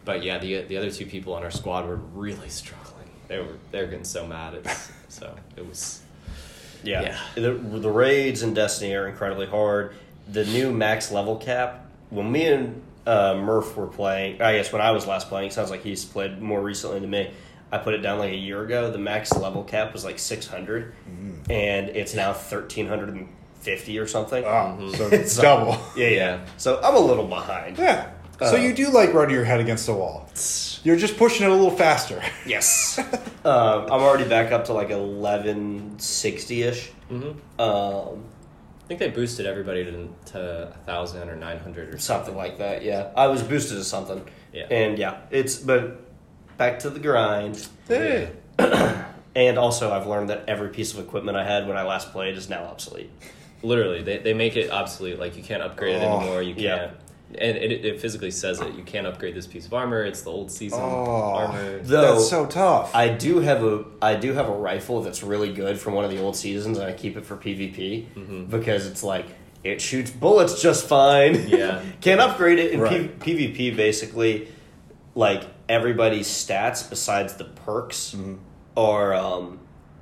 B: but yeah, the the other two people on our squad were really struggling. They were they were getting so mad. It's, so it was.
A: Yeah.
B: Yeah.
A: The, the raids in Destiny are incredibly hard. The new max level cap, when me and uh, Murph were playing, I guess when I was last playing, it sounds like he's played more recently than me. I put it down like a year ago. The max level cap was like 600, and it's now 1,350 or something.
C: Wow. Ah, So it's double.
A: Yeah, yeah. So I'm a little behind.
C: Yeah.
A: Uh,
C: so you do like running your head against the wall. You're just pushing it a little faster.
A: Yes. um, I'm already back up to like 1160 ish. Um,
B: I think they boosted everybody to to a thousand or nine hundred or something.
A: something like that. Yeah, I was boosted to something.
B: Yeah.
A: and yeah, it's but back to the grind.
C: Hey.
A: And also, I've learned that every piece of equipment I had when I last played is now obsolete.
B: Literally, they, they make it obsolete. Like you can't upgrade it
C: Oh,
B: anymore. You
A: yeah.
B: can't. and it, it physically says it. You can't upgrade this piece of armor. It's the old season
C: Oh.
B: armor.
A: The- Though-
C: That's so tough.
A: I do have a I do have a rifle that's really good from one of the old seasons, and I keep it for PvP
B: Mm-hmm.
A: because it's like it shoots bullets just fine.
B: Yeah.
A: can't upgrade it in
C: Right.
A: P- PvP. Basically, like everybody's stats besides the perks
B: Mm-hmm.
A: are um,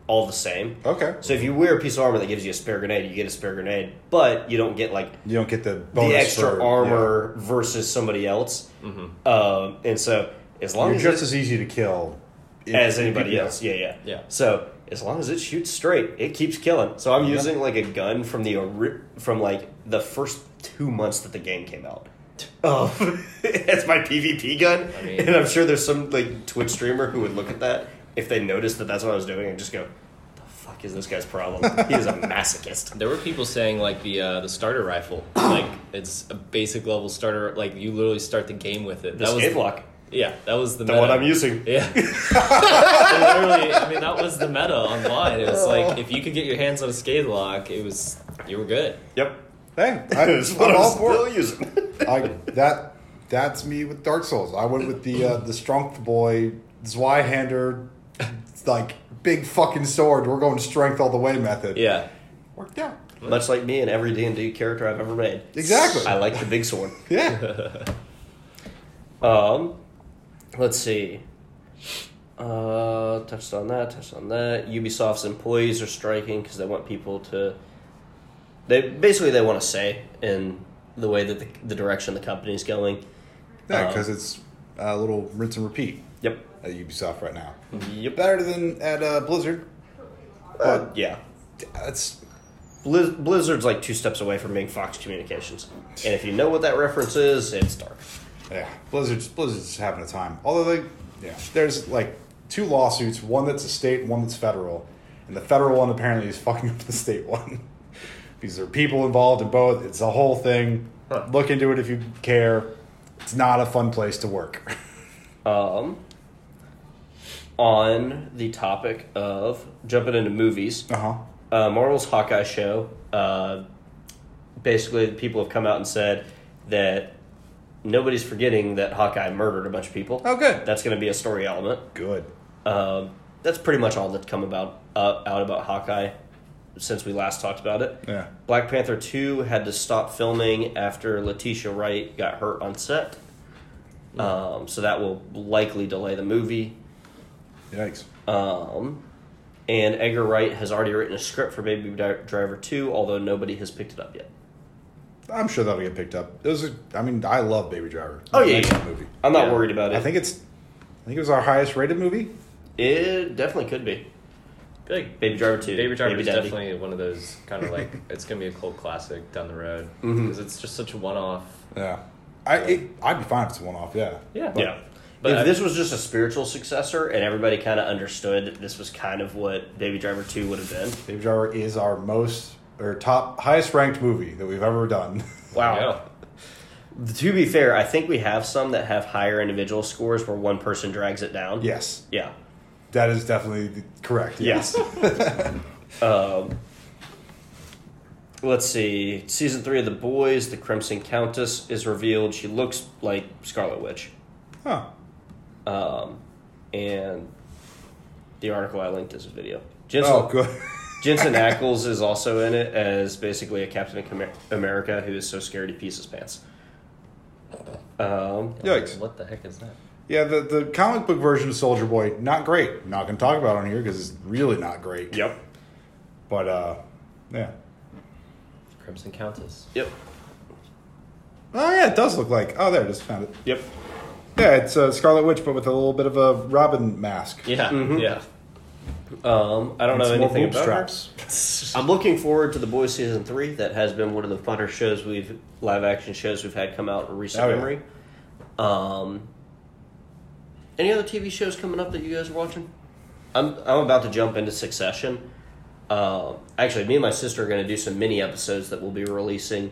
A: all the same.
C: okay.
A: So if you wear a piece of armor that gives you a spare grenade, you get a spare grenade, but you don't get like
C: You don't get the bonus
A: the extra
C: for-
A: armor versus somebody else. Um, and so as
C: yeah.
A: long
C: You're
A: as
C: just
A: Oh, it-
C: as easy to kill in-
A: as anybody
C: yeah.
A: else, yeah, yeah,
B: Yeah.
A: So as long as it shoots straight, it keeps killing. So I'm
C: Yeah.
A: using like a gun from the ori- from like the first two months that the game came out. Oh, that's my PvP gun,
B: I mean-
A: and I'm sure there's some like Twitch streamer who would look at that if they noticed that that's what I was doing and just go, "The fuck is this guy's problem? he is a masochist."
B: There were people saying like the uh, the starter rifle, like it's a basic level starter. Like you literally start the game with it.
A: The
B: that was
A: skate block,
B: Yeah, that was the,
A: the
B: meta.
A: one I'm using.
B: Yeah. And literally, I mean, that was the meta online. It was like if you could get your hands on a skate lock, it was you were good.
A: Yep,
C: Hey, I,
A: that's what
C: I'm
A: I'm,
C: all for it.
A: still using.
C: I that that's me with Dark Souls. I went with the uh, the strength boy Zweihander, like big fucking sword. We're going strength all the way method.
B: Yeah.
C: worked out
A: Much like me and every D and D character I've ever made.
C: exactly.
A: I like the big sword.
C: yeah,
A: Um, let's see. Uh, touched on that. Touched on that. Ubisoft's employees are striking because they want people to. They basically they want to say in the way that the, the direction the company's going.
C: yeah,
A: Um,
C: because it's a little rinse and repeat
A: Yep.
C: at Ubisoft right now.
A: Yep.
C: Better than at uh, Blizzard,
A: Uh,
C: but
A: yeah.
C: that's
A: Blizz- Blizzard's like two steps away from being Fox Communications, and if you know what that reference is, it's dark.
C: yeah. Blizzard's Blizzard's having a time. Although they, yeah, there's like two lawsuits, one that's a state, one that's federal, and the federal one apparently is fucking up the state one. because there are people involved in both. It's a whole thing.
B: Huh.
C: Look into it if you care. It's not a fun place to work.
A: Um, on the topic of jumping into movies,
C: Uh huh.
A: uh, Marvel's Hawkeye show. Uh, basically, people have come out and said that nobody's forgetting that Hawkeye murdered a bunch of people.
C: Oh, good.
A: That's going to be a story element.
C: Good.
A: Um, that's pretty much all that's come about uh, out about Hawkeye since we last talked about it.
C: Yeah.
A: Black Panther two had to stop filming after Letitia Wright got hurt on set. Um, so that will likely delay the movie.
C: Yikes.
A: Um, and Edgar Wright has already written a script for Baby Di- Driver 2, although nobody has picked it up yet.
C: I'm sure that'll get picked up. Those are. I mean, I love Baby Driver.
A: Oh, yeah,
C: Excellent
A: yeah.
C: Movie.
A: I'm not
B: Yeah.
A: worried about it.
C: I think it's. I think it was our highest rated movie.
A: it definitely could be.
B: Like
A: Baby Driver 2.
B: Baby Driver is
A: Daddy.
B: definitely one of those kind of like it's gonna be a cult classic down the road because
C: Mm-hmm.
B: it's just such a one-off.
C: Yeah. I it, I'd be fine if it's a one off. Yeah.
B: Yeah.
A: Yeah.
B: But
A: if
B: I-
A: this was just a spiritual successor and everybody kind of understood that this was kind of what Baby Driver 2 would have been.
C: Baby Driver is our most or top highest ranked movie that we've ever done.
A: Wow. To be fair, I think we have some that have higher individual scores where one person drags it down.
C: yes,
A: Yeah.
C: that is definitely the- correct.
A: Yes. um, let's see. Season three of The Boys, the Crimson Countess is revealed. She looks like Scarlet Witch.
C: Huh.
A: Um, and the article I linked is a video. Jensen,
C: Oh, good.
A: Jensen Ackles is also in it as basically a Captain Amer- America who is so scared he pees his pants. Um,
C: Yikes.
B: What the heck is that?
C: Yeah, the, the comic book version of Soldier Boy, not great. Not going to talk about it on here because it's really not great.
A: yep.
C: But, uh, yeah.
B: Crimson Countess.
A: Yep.
C: Oh, yeah, it does look like. Oh, there, just found it.
A: Yep.
C: Yeah, it's uh, Scarlet Witch, but with a little bit of a Robin mask.
B: Yeah. Yeah.
A: Um, I don't
C: And
A: know
C: some more
A: anything
C: boob
A: about her.
C: straps.
A: I'm looking forward to The Boys season three. That has been one of the funner shows we've live action shows we've had come out in recent
C: Oh, yeah.
A: memory. Um, any other TV shows coming up that you guys are watching? I'm I'm about to jump into Succession. Um actually, me and my sister are going to do some mini episodes that we'll be releasing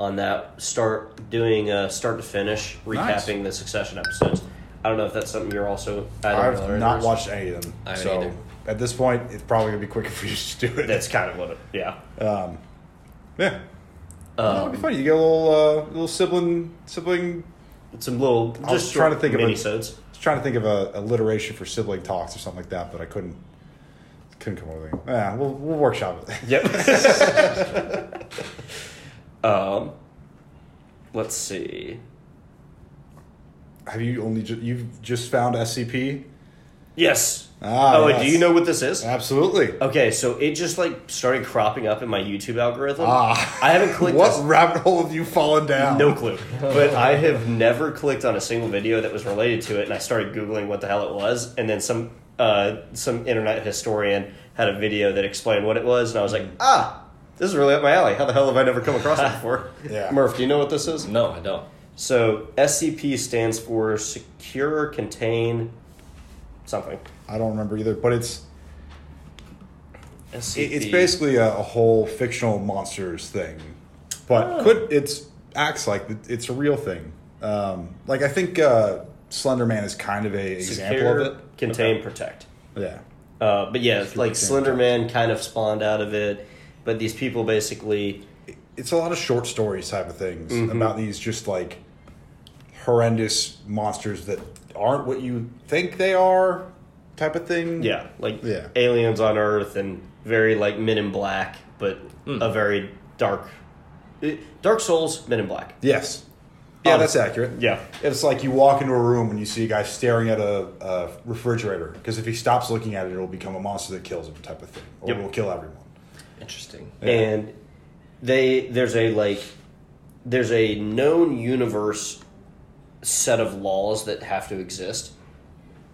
A: on that. Start doing uh, start to finish,
C: Nice.
A: recapping the Succession episodes. I don't know if that's something you're also. I don't know,
C: I've not
A: There's-
C: watched any of them.
B: I haven't
C: so
B: either.
C: at this point, it's probably going to be quicker for you to do it.
A: That's kind of what it. Yeah.
C: um, yeah. that would be funny. You get a little uh, little sibling sibling.
A: Some little.
C: I was
A: Just
C: trying to think of a-
A: minisodes.
C: I was trying to think of a alliteration for sibling talks or something like that, but I couldn't couldn't come up with anything. Yeah, we'll we'll workshop it.
A: Yep. um, let's see.
C: Have you only ju- you've just found SCP?
A: Yes.
C: Ah,
A: oh, and
C: yes.
A: do you know what this is?
C: Absolutely.
A: Okay, so it just like started cropping up in my YouTube algorithm.
C: Ah.
A: I haven't clicked.
C: What
A: a-
C: rabbit hole have you fallen down?
A: No clue. But I have never clicked on a single video that was related to it, and I started Googling what the hell it was, and then some uh, some internet historian had a video that explained what it was, and I was
C: Mm.
A: like, ah, this is really up my alley. How the hell have I never come across it before?
C: Yeah.
A: Murph, do you know what this is?
B: No, I don't.
A: So SCP stands for Secure Contain something.
C: I don't remember either, but it's
A: SCP.
C: it- it's basically a, a whole fictional monsters thing, but
A: Oh.
C: could it's acts like th- it's a real thing. Um, like I think uh, Slender Man is kind of a example
A: Secure,
C: of it.
A: Contain, protect.
C: Yeah,
A: Uh, but yeah,
C: Secure,
A: like
C: contain,
A: Slender Man kind of spawned out of it, but these people basically
C: it's a lot of short stories type of things
A: Mm-hmm.
C: about these just like horrendous monsters that aren't what you think they are, type of thing.
A: Yeah, like
C: Yeah.
A: aliens on Earth and very like Men in Black, but
C: Hmm.
A: a very dark, eh, Dark Souls, Men in Black.
C: Yes. Yeah,
A: Um,
C: that's accurate.
A: yeah.
C: It's like you walk into a room and you see a guy staring at a, a refrigerator because if he stops looking at it, it'll become a monster that kills him, type of thing, or
A: Yep.
C: will kill everyone.
B: Interesting.
C: Yeah.
A: And they there's a like there's a known universe set of laws that have to exist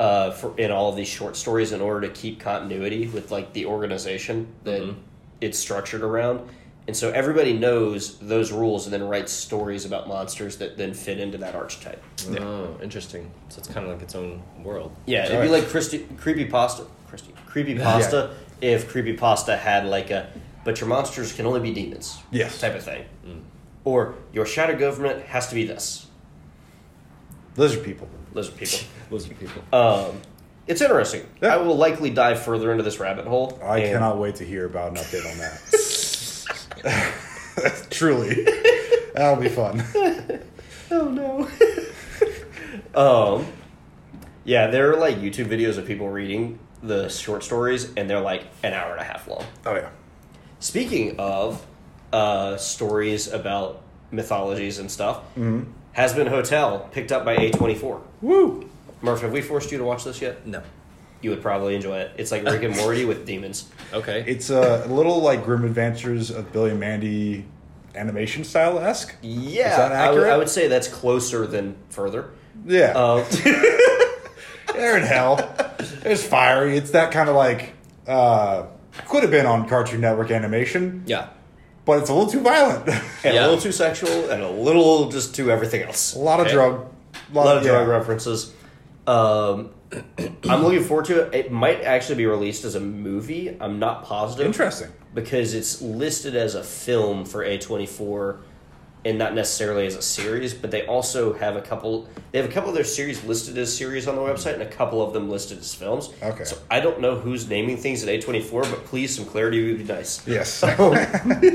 A: uh, for in all of these short stories in order to keep continuity with like the organization that it's structured around. And so everybody knows those rules and then writes stories about monsters that then fit into that archetype.
B: Oh, interesting. So it's kind of like its own world.
A: Yeah, it'd be
C: Alright.
A: like Christi- creepy pasta. Christy, creepy pasta. If creepy pasta had like a, but your monsters can only be demons.
C: Yes.
A: type of thing.
C: Mm.
A: Or your shadow government has to be this.
C: Lizard people.
A: Lizard people.
B: Lizard people.
A: Um, it's interesting.
C: Yeah.
A: I will likely dive further into this rabbit hole.
C: I
A: and-
C: cannot wait to hear about an update on that. Truly. That'll be fun.
A: Oh no. um, yeah, there are like YouTube videos of people reading the short stories, and they're like an hour and a half long.
C: Oh, yeah.
A: Speaking of uh, stories about mythologies and stuff,
C: Mm-hmm.
A: Has Been Hotel picked up by A24.
C: Woo!
A: Murph, have we forced you to watch this yet?
B: No.
A: You would probably enjoy it. It's like Rick and Morty with demons.
B: Okay.
C: It's a little like Grim Adventures of Billy and Mandy animation style esque.
A: Yeah,
C: Is that
A: I would-
C: accurate?
A: I would say that's closer than further.
C: Yeah.
A: Uh,
C: They're in hell. There's fiery. It's that kind of like uh, could have been on Cartoon Network animation,
B: yeah.
C: but it's a little too violent.
A: and a
B: Yeah.
A: little too sexual, and a little just to everything else.
C: a lot of
B: Okay.
C: drug,
A: A lot of
C: yeah.
A: drug references. Um, I'm looking forward to it. It might actually be released as a movie. I'm not positive.
C: Interesting.
A: because it's listed as a film for A24 and not necessarily as a series, but they also have a couple they have a couple of their series listed as series on their website and a couple of them listed as films.
C: Okay.
A: So I don't know who's naming things at A24, but please some clarity would be nice.
C: Yes.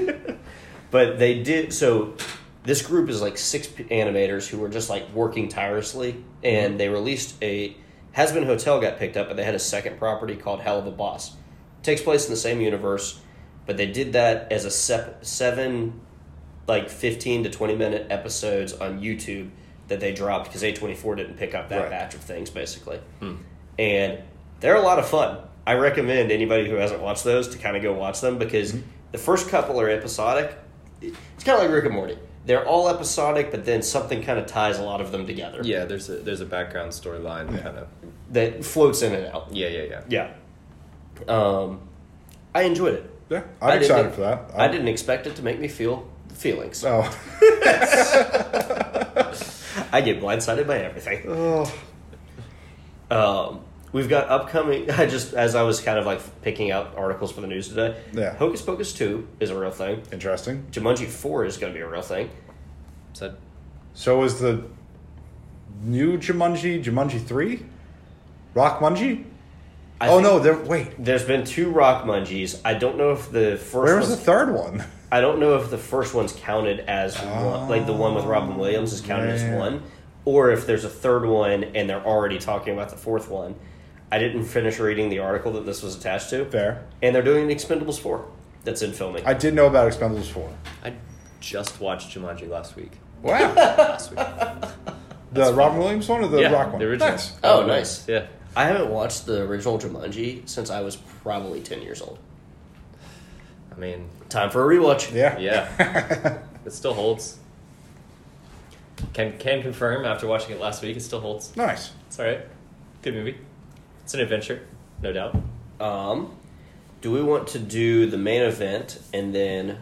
A: But they did so this group is like six p- animators who were just like working tirelessly and they released a has been hotel got picked up but they had a second property called hell of a boss takes place in the same universe but they did that as a sep- seven like 15 to 20 minute episodes on youtube that they dropped because a24 didn't pick up that
C: Right.
A: batch of things basically and they're a lot of fun i recommend anybody who hasn't watched those to kind of go watch them because
C: Mm-hmm.
A: the first couple are episodic it's kind of like rick and morty they're all episodic but then something kind of ties a lot of them together
B: Yeah. There's a there's a background storyline
C: Yeah.
B: kind of.
A: that floats in and out
B: Yeah. Yeah. Yeah.
A: yeah um i enjoyed it
C: yeah,
A: I
C: I'm
A: didn't- e-
C: excited for that.
A: I didn't e- expect it to make me feel feelings.
C: Oh.
A: I get blindsided by everything.
C: oh.
A: Um, we've got upcoming. I just as I was kind of like picking out articles for the news today.
C: Yeah.
A: Hocus Pocus two is a real thing.
C: Interesting.
A: Jumanji four is going to be a real thing.
B: Is that
C: So is the new Jumanji Jumanji three, Rock Munji?
A: I
C: Oh
A: think
C: no! There. Wait.
A: There's been two Rock Mungies. I don't know if the first.
C: Where was the
A: one's-
C: third one?
A: I don't know if the first one's counted as one, like the one with Robin
C: Oh,
A: Williams is counted
C: yeah.
A: as one, or if there's a third one and they're already talking about the fourth one. I didn't finish reading the article that this was attached to.
C: Fair.
A: And they're doing an Expendables four that's in filming.
C: I did know about Expendables four.
B: I just watched Jumanji last week.
C: Wow.
B: Last week.
C: the Robin Williams one or the
B: yeah,
C: Rock one?
B: the original.
C: Nice.
A: Oh, nice.
B: Yeah.
A: I haven't watched the original Jumanji since I was probably ten years old.
B: I mean,
A: Time for a rewatch.
C: Yeah.
B: yeah, it still holds. Can can confirm after watching it last week, it still holds.
C: Nice.
B: It's all right. Good movie. It's an adventure, no doubt.
A: Um, do we want to do the main event and then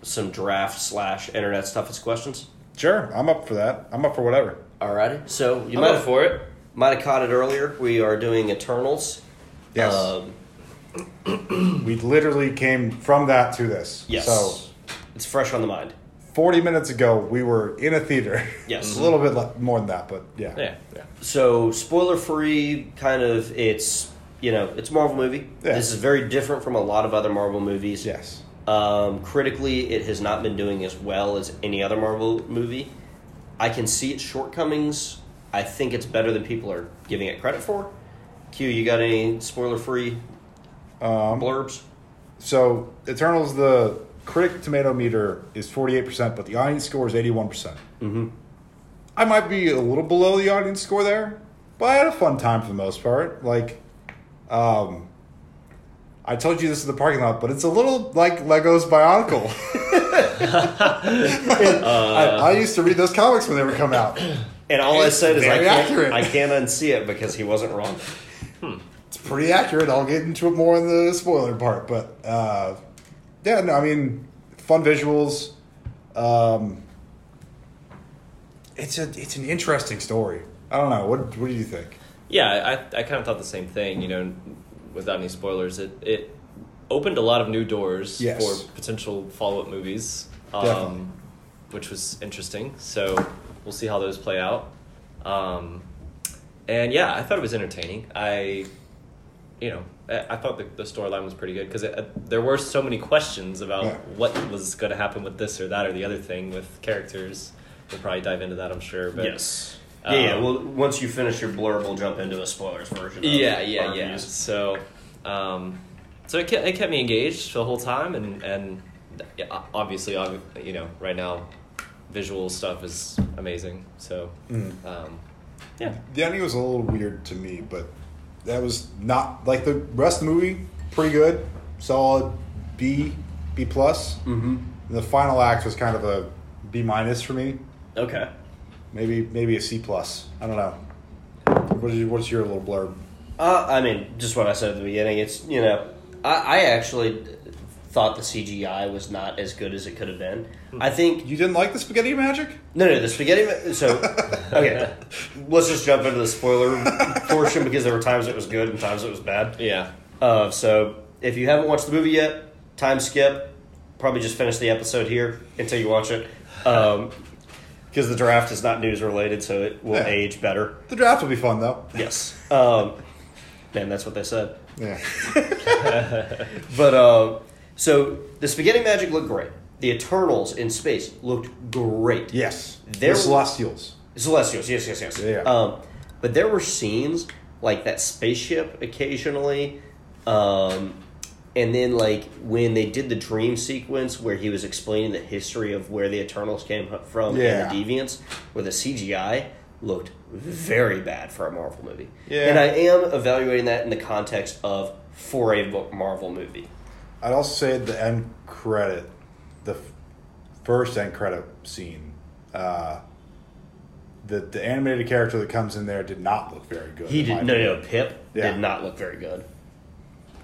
A: some draft slash internet stuff as questions?
C: Sure. I'm up for that. I'm up for whatever.
A: Alrighty. So you
B: I'm
A: might
B: up
A: have
B: for it.
A: might have caught it earlier. We are doing Eternals.
C: Yes.
A: Um,
C: we literally came from that to this.
A: yes.
C: So
A: It's fresh on the mind.
C: 40 minutes ago, we were in a theater.
A: Yes.
C: a little bit le- more than that, but yeah.
B: Yeah, yeah.
A: So spoiler free, kind of. It's you know it's a Marvel movie.
C: Yeah.
A: This is very different from a lot of other Marvel movies.
C: Yes.
A: Um, critically, it has not been doing as well as any other Marvel movie. I can see its shortcomings. I think it's better than people are giving it credit for. Q, you got any spoiler free
C: Um,
A: blurbs?
C: so Eternals, the critic tomato meter is 48%, but the audience score is 81%.
A: Mm-hmm.
C: I might be a little below the audience score there, but I had a fun time for the most part. Like, um, I told you this is the parking lot, but it's a little like Lego's Bionicle. I, I used to read those comics when they would come out.
A: And all I
C: It's
A: said is I
C: very
A: can't,
C: accurate.
A: I can't unsee it because he wasn't wrong.
C: It's pretty accurate. I'll get into it more in the spoiler part, but uh, yeah, no, I mean, fun visuals. Um, it's a it's an interesting story. I don't know. What what do you think?
B: Yeah, I, I kind of thought the same thing, you know, without any spoilers. It, it opened a lot of new doors
C: Yes.
B: for potential follow up movies,
C: Definitely.
B: um, which was interesting. So we'll see how those play out. Um, and yeah, I thought it was entertaining. I, you know, I, I thought the, the storyline was pretty good because uh, there were so many questions about
C: Yeah.
B: what was going to happen with this or that or the other thing with characters. We'll probably dive into that, I'm sure. But
A: Yes. yeah, yeah.
B: Um,
A: Well, once you finish your blurb, we'll jump into a spoilers version. Of
B: yeah
A: our
B: yeah yeah
A: reviews.
B: so um so it kept, it kept me engaged the whole time and and yeah, o- obviously ob- you know right now visual stuff is amazing so um yeah
C: The ending was a little weird to me, but that was not like the rest of the movie. Pretty good, solid B, B plus. Mm-hmm. The final act was kind of a B minus for me.
A: Okay.
C: Maybe maybe a C plus. I don't know. What is, what's your little blurb?
A: Uh, I mean, just what I said at the beginning. It's you know, I, I actually thought the CGI was not as good as it could have been. I think
C: You didn't like the spaghetti magic?
A: no, no, the spaghetti. ma- So okay, let's just jump into the spoiler portion because there were times it was good and times it was bad.
B: yeah
A: Uh, so if you haven't watched the movie yet, time skip. Probably just finish the episode here until you watch it, because the draft is not news related, so it will
C: Yeah.
A: age better.
C: The draft will be fun though.
A: Yes, um, man, that's what they said.
C: Yeah.
A: But uh, so the spaghetti magic looked great. The Eternals in space looked great.
C: Yes.
A: There-
C: the Celestials.
A: Celestials, yes, yes, yes.
C: Yeah.
A: Um, but there were scenes like that spaceship occasionally, um, and then like when they did the dream sequence where he was explaining the history of where the Eternals came hu- from
C: Yeah.
A: and the Deviants, where the CGI looked very bad for a Marvel movie.
C: Yeah.
A: And I am evaluating that in the context of for a Vo- Marvel movie.
C: I'd also say the end credit, the f- first end credit scene, uh, the the animated character that comes in there did not look very good.
A: He
C: in my
A: did no,
C: opinion.
A: no. Pip
C: Yeah.
A: did not look very good.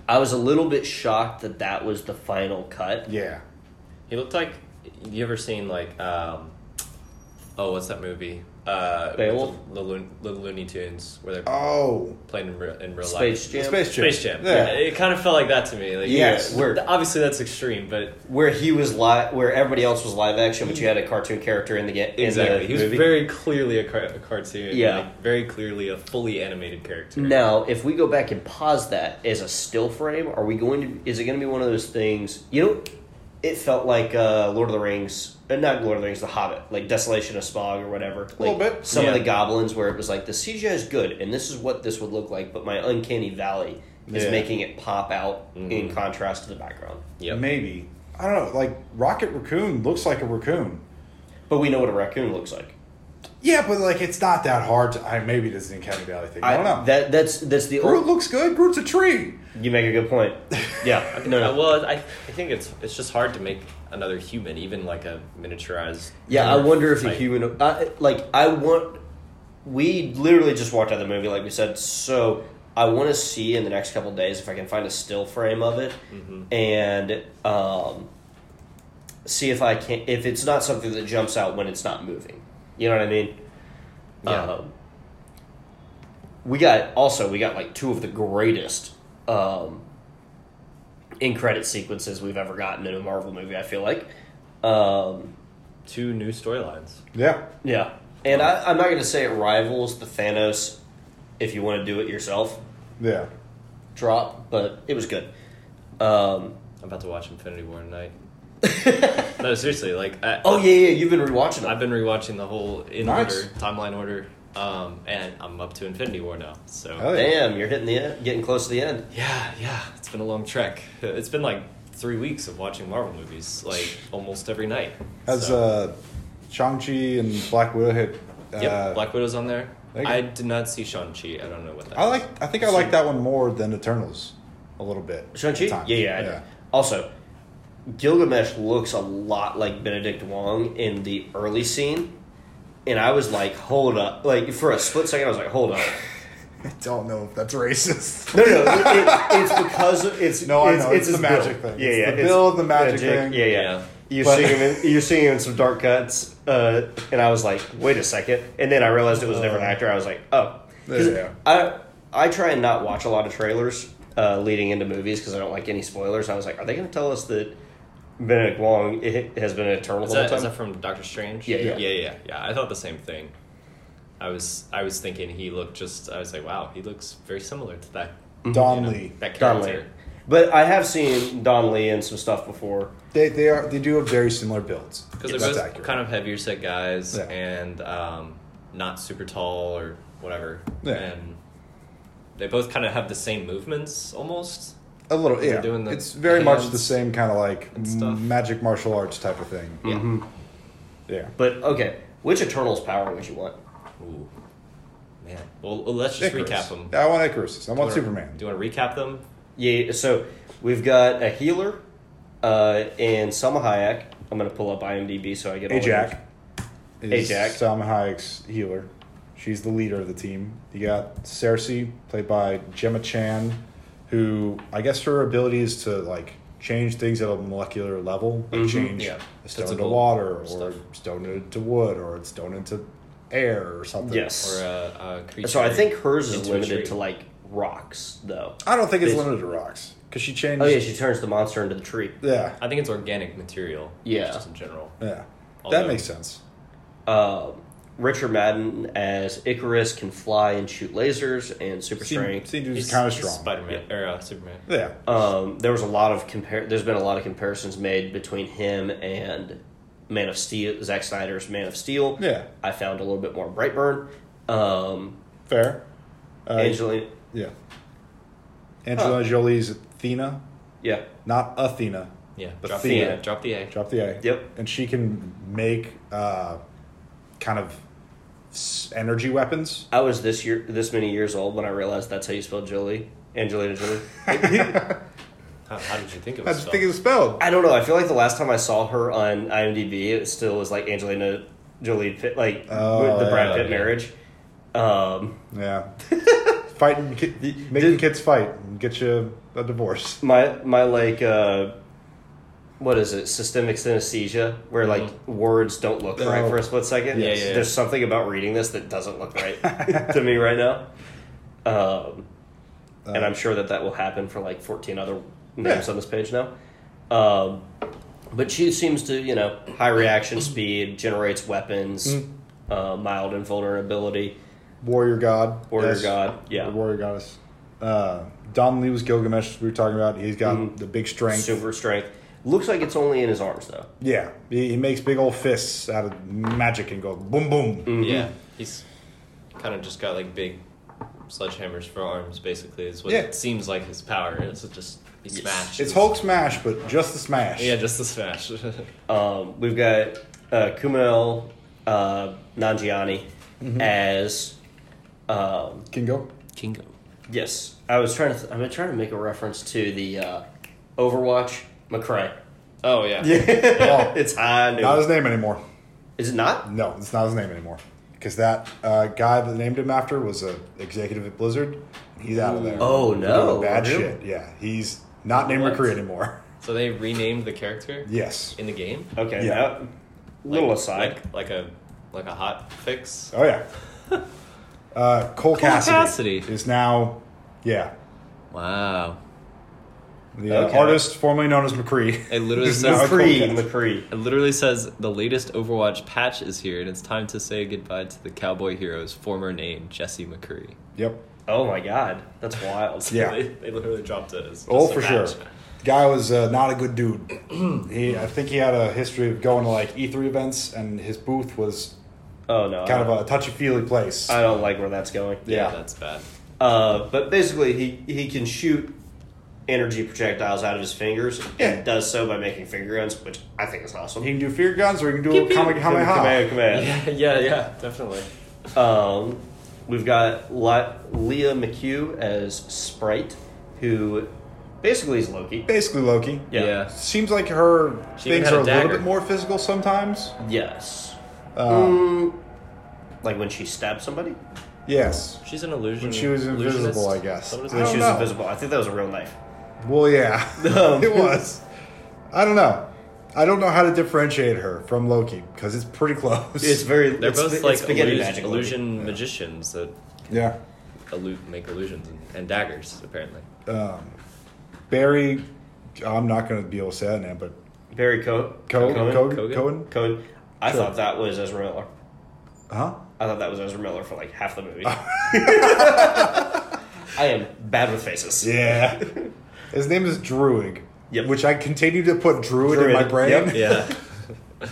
A: I was a little bit shocked that that was the final cut.
C: Yeah,
B: he looked like you ever seen like um oh what's that movie uh with
A: Beowulf?
B: the, the, Loon- the Looney Tunes where they're
C: Oh,
B: playing in real, in real
A: Space
B: life
A: Jam,
C: Space Jam.
B: Space Jam.
C: Yeah.
B: Yeah. it kind of felt like that to me. Like,
C: Yes.
B: yeah, we're- obviously that's extreme, but
A: where he was live, where everybody else was live action, but you had a cartoon character in the game.
B: Exactly.
A: In the
B: he was
A: movie.
B: very clearly a, car- a cartoon.
A: Yeah.
B: like, very clearly a fully animated character.
A: Now, if we go back and pause that as a still frame, are we going to? Is it going to be one of those things? You know, it felt like uh, Lord of the Rings, uh, not Lord of the Rings, The Hobbit, like Desolation of Smog or whatever. Like
C: Little bit.
A: some of
B: Yeah.
A: the goblins where it was like the CGI is good and this is what this would look like, but my uncanny valley is
C: Yeah. Mm-hmm.
A: making it pop out in
B: Mhm.
A: contrast to the background.
B: Yep.
C: Maybe. I don't know. Like, Rocket Raccoon looks like a raccoon.
A: But we know what a raccoon looks like.
C: Yeah, but, like, it's not that hard to. I, maybe this is an Uncanny Valley thing. I, don't know.
A: That that's that's the
C: Groot
A: old,
C: looks good. Groot's a tree.
A: you make a good point. Yeah, no,
B: Uh,
A: no.
B: well, I, I think it's it's just hard to make another human, even like a miniaturized.
A: Yeah, I
B: dwarf,
A: wonder if a
B: like-
A: human. I, like, I want. We literally just walked out of the movie, like we said. So I want to see in the next couple days if I can find a still frame of it, and um, see if I can. If it's not something that jumps out when it's not moving, you know what I mean?
B: Yeah.
A: Um, we got also we got like two of the greatest um, in credit sequences we've ever gotten in a Marvel movie. I feel like. Um,
B: two new storylines.
C: Yeah.
A: yeah, and I, I'm not going to say it rivals the Thanos, if you want to do it yourself,
C: Yeah.
A: drop, but it was good. Um,
B: I'm about to watch Infinity War tonight. no, seriously, like I,
A: oh yeah, yeah, you've been rewatching it.
B: I've been rewatching the whole in
C: Nice.
B: order timeline order, um, and I'm up to Infinity War now. So
C: Hell Oh, yeah.
A: Damn, you're hitting the end, getting close to the end.
B: yeah, yeah, it's been a long trek. It's been like three weeks of watching Marvel movies, like almost every night.
C: Has
B: So-
C: uh, Shang-Chi and Black Widow hit. Uh,
B: Yep, Black Widow's on there.
C: there you Oh,
B: I did not see Shang Chi. I don't know what that.
C: I
B: is.
C: like. I think I like that one more than Eternals, a little bit.
A: Shang Chi,
C: at times.
A: yeah, yeah, I did. Also, Gilgamesh looks a lot like Benedict Wong in the early scene, and I was like, hold up, like for a split second, I was like, hold up.
C: I don't know if that's racist.
A: No, no, it, it's because of- it's
C: No, I
A: it's,
C: know, it's
A: his
C: the
A: build.
C: magic thing.
A: Yeah,
C: It's
A: yeah,
C: the build, the magic thing.
A: Yeah, yeah. You're
C: But-
A: seeing him. In, you're seeing him in some dark cuts, uh, and I was like, "Wait a second. and then I realized it was a different
C: Uh,
A: actor. I was like, "Oh, 'Cause
C: Yeah.
A: I I try and not watch a lot of trailers uh, leading into movies because I don't like any spoilers. I was like, "Are they going to tell us that Benedict Wong i- has been an eternal
B: Is
A: the whole
B: that, is
A: time?"
B: that from Doctor Strange?
A: Yeah, yeah.
B: yeah, yeah, yeah, yeah. I thought the same thing. I was I was thinking he looked just. I was like, wow, he looks very similar to that
C: Don
B: you know,
C: Lee.
B: that
A: Don
B: character.
A: Lee, but I have seen Don Lee in some stuff before.
C: They they are they do have very similar builds.
B: because
C: That's
B: they're both
C: accurate.
B: kind of heavier set guys
C: Yeah.
B: and um, not super tall or whatever.
C: Yeah.
B: And they both kind of have the same movements almost.
C: a little.
B: they're
C: Yeah,
B: doing the
C: it's very much the
B: hands
C: same kind of like
B: and stuff. Mm.
C: magic martial arts type of thing.
B: Yeah.
C: Yeah,
A: But okay, which Eternal's power would you want?
B: Ooh, man. Well, well, let's just
C: Icarus.
B: recap them.
C: I want Icarus.
B: Do
C: I want
B: you wanna-
C: Superman.
B: Do you want to recap them?
A: Yeah, so we've got a healer uh, and Selma Hayek. I'm going to pull up IMDb so I get all the-
C: Ajak. is
A: Ajak.
C: Salma Hayek's healer. She's the leader of the team. You got Cersei, played by Gemma Chan, who I guess her ability is to like change things at a molecular level, like change
B: Yeah.
C: a stone into
B: Physical
C: water, or
B: stuff.
C: stone into wood, or stone into air, or something.
A: Yes.
B: Or uh, a, a creature?
A: so I think hers is
B: into a
A: limited
B: tree?
A: to like rocks, though.
C: I don't think it's
A: Bitch.
C: limited to rocks because she changed.
A: Oh yeah, she turns the monster into the tree.
C: yeah,
B: I think it's organic material.
A: Yeah.
B: Just in general.
C: yeah.
B: Although-
C: that makes sense.
A: Um, Richard Madden as Icarus can fly and shoot lasers and super
C: Seems
A: strength.
C: seems kind of strong.
B: Spider Man or uh, Superman.
C: Yeah,
A: Um, there was a lot of compare. There's been a lot of comparisons made between him and Man of Steel, Zack Snyder's Man of Steel.
C: yeah.
A: I found a little bit more Brightburn. Um,
C: Fair. Uh,
A: Angelina,
C: Yeah. Angelina Jolie's Athena,
A: yeah.
C: not Athena.
B: Yeah.
C: But
B: drop
C: Thea.
B: the A. Drop the A.
C: Drop the A.
A: Yep.
C: And she can make uh, kind of s- energy weapons.
A: I was this year, this many years old when I realized that's how you spell Jolie, Angelina Jolie.
B: How, how did you think it
C: I
B: was?
C: just
B: spelled?
C: think it's spelled.
A: I don't know. I feel like the last time I saw her on IMDb, it still was like Angelina Jolie, Pitt, like
C: Oh,
A: with the Brad
B: yeah,
A: Pitt
B: yeah.
A: marriage. Um,
C: Yeah. Fighting, ki- making
A: did-
C: kids fight and get you a divorce.
A: my my like, uh, what is it? Systemic synesthesia, where like words don't look
C: Oh.
A: right for a split second.
B: Mm-hmm. Yeah, yeah, yeah.
A: There's something about reading this that doesn't look right to me right now. Um,
C: Uh,
A: and I'm sure that that will happen for like 14 other names
C: Yeah.
A: on this page now. Um, but she seems to, you know, high reaction speed, generates weapons,
C: Mm.
A: uh, mild invulnerability,
C: Warrior God.
A: warrior
C: yes.
A: god, yeah,
C: The warrior
A: Mm-hmm.
C: goddess. Uh, Don Lee was Gilgamesh, we were talking about. He's got the big strength.
A: super strength. Looks like it's only in his arms though.
C: Yeah, he, he makes big old fists out of magic and goes boom boom.
A: Mm-hmm.
B: Yeah, he's kind of just got like big sledgehammers for arms. Basically, is what
C: Yeah.
B: it seems like his power is. It just he smashes.
C: It's Hulk smash, but just the smash.
B: Yeah, just the smash.
A: Um, we've got uh, Kumail uh, Nanjiani
C: Mm-hmm.
A: as um,
C: Kingo.
B: Kingo.
A: yes. I was trying to. Th- I've been trying to make a reference to the uh, Overwatch McCray.
B: Oh yeah.
C: Oh,
A: it's high noon.
C: not his name anymore.
A: Is it not?
C: No, it's not his name anymore. Because that uh, guy that named him after was a executive at Blizzard. He's out of there.
A: Oh,
C: Doing
A: no.
C: bad
A: Really?
C: shit. Yeah, he's not named
B: What?
C: McCree anymore.
B: So they renamed the character
C: Yes.
B: in the game.
A: Okay.
C: Yeah.
A: now- little
B: Like-
A: aside.
B: like, like a like a hot fix.
C: Oh yeah. Uh, Cole, Cassidy,
B: Cassidy.
C: is now, yeah,
B: Wow.
C: the uh,
B: Okay.
C: artist formerly known as McCree.
B: It literally
C: is
B: says
C: now Cole
A: McCree.
C: Cassidy.
A: McCree.
B: It literally says the latest Overwatch patch is here, and it's time to say goodbye to the cowboy hero's former name, Jesse McCree.
C: Yep.
A: Oh my God, that's wild.
C: Yeah.
B: they, they literally dropped it. As
C: Oh,
B: just a
C: for sure.
B: patch.
C: Guy was uh, not a good dude. he, I think he had a history of going to like E3 events, and his booth was
A: Oh no.
C: kind
A: I
B: Uh,
A: don't,
C: of a touchy feely place.
A: I don't like where that's going.
B: Yeah,
C: Yeah.
B: that's bad.
A: Uh, but basically, he, he can shoot energy projectiles out of his fingers
C: Yeah.
A: and does so by making finger guns, which I think is awesome.
C: he can do fear guns, or he can do a
B: Pew,
C: little
B: pew.
C: kamehameha.
A: Kamehameha, Kamehameha.
B: Yeah, yeah, yeah, definitely.
A: Um, we've got La- Leah McHugh as Sprite, who basically is Loki.
C: Basically, Loki.
A: Yeah.
C: Seems like her
B: She even
C: things
B: had a
C: are a little
B: dagger.
C: bit more physical sometimes.
A: Yes.
C: Uh,
A: Mm, like when she stabbed somebody?
C: Yes.
B: She's an illusion.
C: When she was
B: illusionist?
C: invisible, I guess.
B: What is
C: I
A: When
B: it?
C: don't
A: she was
C: know.
A: invisible. I think that was a real knife.
C: Well, yeah,
A: Um,
C: it was. I don't know. I don't know how to differentiate her from Loki because it's pretty close.
A: It's very.
B: They're
A: it's,
B: both
A: it's
B: like
A: spaghetti
B: illus-
A: magic. Loki.
B: illusion magicians that
C: yeah.
B: illu- make illusions and, and daggers, apparently.
C: Um, Barry, I'm not going to be able to say that name, but
A: Barry Co-
C: Cohen.
A: Cohen.
C: Cohen.
B: Cohen?
C: Cohen.
A: Cohen. I
C: Sure.
A: thought that was Ezra Miller.
C: Huh?
A: I thought that was Ezra Miller for like half the movie. I am bad with faces.
C: Yeah. His name is Druid.
A: Yep.
C: Which I continue to put Druid, in my
A: Druid,
C: brain.
A: yep.
B: Yeah.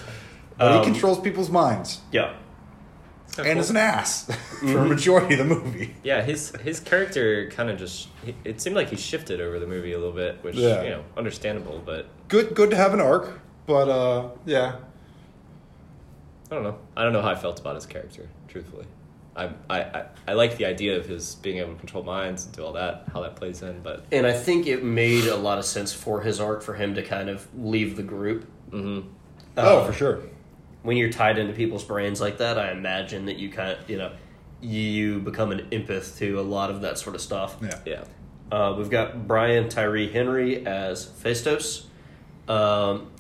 C: But
A: Um,
C: he controls people's minds
A: Yeah. Mm-hmm.
C: and is an ass for a majority of the movie.
B: Yeah, his his character kind of just he- it seemed like he shifted over the movie a little bit, which
C: Yeah.
B: you know understandable, but
C: Good, good to have an arc, but uh, yeah.
B: I don't know. I don't know how I felt about his character, truthfully. I I I, I like the idea of his being able to control minds and do all that, how that plays in, but
A: And I think it made a lot of sense for his arc for him to kind of leave the group. Mm-hmm.
C: oh, for sure.
A: When you're tied into people's brains like that, I imagine that you kind of, you know, you become an empath to a lot of that sort of stuff.
C: Yeah.
B: yeah,
A: Uh, we've got Brian Tyree Henry as Festos. Um,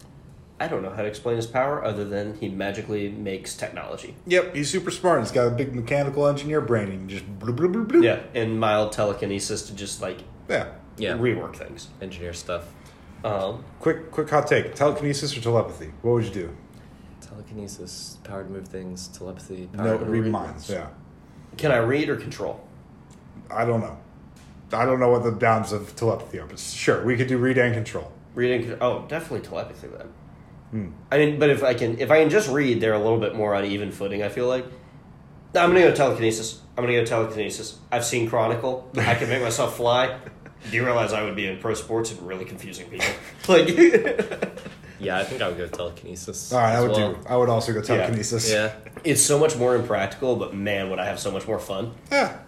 A: I don't know how to explain his power other than he magically makes technology.
C: Yep, he's super smart. He's got a big mechanical engineer brain. He can just bloop, bloop, bloop, bloop.
A: Yeah, and mild telekinesis to just like
C: Yeah.
B: yeah,
A: rework things.
B: engineer stuff,
A: Um,
C: Quick, quick hot take: telekinesis or telepathy? What would you do?
B: telekinesis, power to move things, telepathy, power
C: No,
B: to
C: read
B: read
C: minds.
B: minds.
C: Yeah.
A: can I read or control?
C: I don't know. I don't know what the downs of telepathy are, but sure, we could do read and control.
A: Reading? con- Oh, definitely telepathy then.
C: Hmm.
A: I mean, but if I can, if I can just read, they're a little bit more on even footing. I feel like. No, I'm gonna go telekinesis. I'm gonna go telekinesis. I've seen Chronicle. I can make myself fly. Do you realize I would be in pro sports and really confusing people? Like,
B: Yeah, I think I would go telekinesis.
C: All right,
B: as
C: I would
B: well.
C: do. I would also go telekinesis.
B: Yeah,
A: it's so much more impractical. But man, would I have so much more fun.
C: Yeah.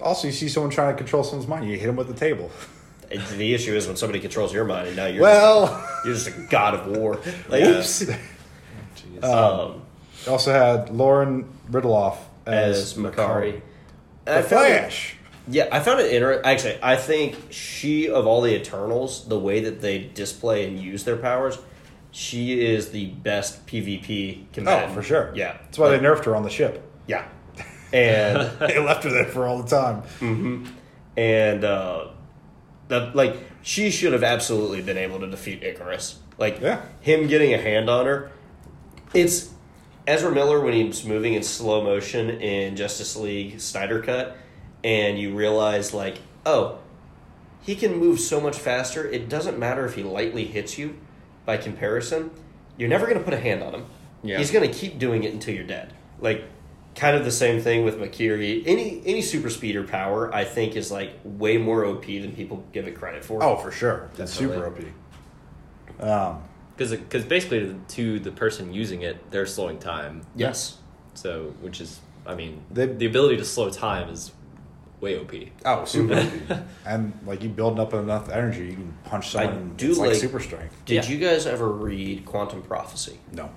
C: Also, you see someone trying to control someone's mind, you hit them with the table.
A: It- The issue is when somebody controls your mind, and now you're
C: Well,
A: just, you're just a god of war. Like, uh,
C: oops.
B: Jeez.
A: Um,
C: also had Lauren Ridloff
A: as
C: as,
A: Makari.
C: The Flash.
A: Yeah, I found it interesting. Actually, I think she, of all the Eternals, the way that they display and use their powers, she is the best PvP
C: Oh,
A: combatant.
C: for sure.
A: Yeah.
C: That's why they nerfed her on the ship.
A: Yeah. And
C: They left her there for all the time.
A: and uh, that like she should have absolutely been able to defeat Icarus. Like
C: Yeah.
A: him getting a hand on her, it's Ezra Miller when he's moving in slow motion in Justice League Snyder cut, and you realize like oh, he can move so much faster. It doesn't matter if he lightly hits you. by comparison, you're never going to put a hand on him.
B: Yeah.
A: He's going to keep doing it until you're dead. Like, kind of the same thing with Makiri. Any any super speeder power, I think, is like way more OP than people give it credit for.
C: Oh, for sure. That's super OP.
B: Definitely.
C: Um,
B: Because because basically to the, to the person using it, they're slowing time.
A: yes.
B: So which is I mean
C: They-
B: the ability to slow time is way OP.
C: oh, super OP. And like you build up enough energy, you can punch
A: I
C: someone.
A: do
C: it's like,
A: like-
C: super strength.
A: Did
B: Yeah.
A: you guys ever read Quantum Prophecy?
C: No.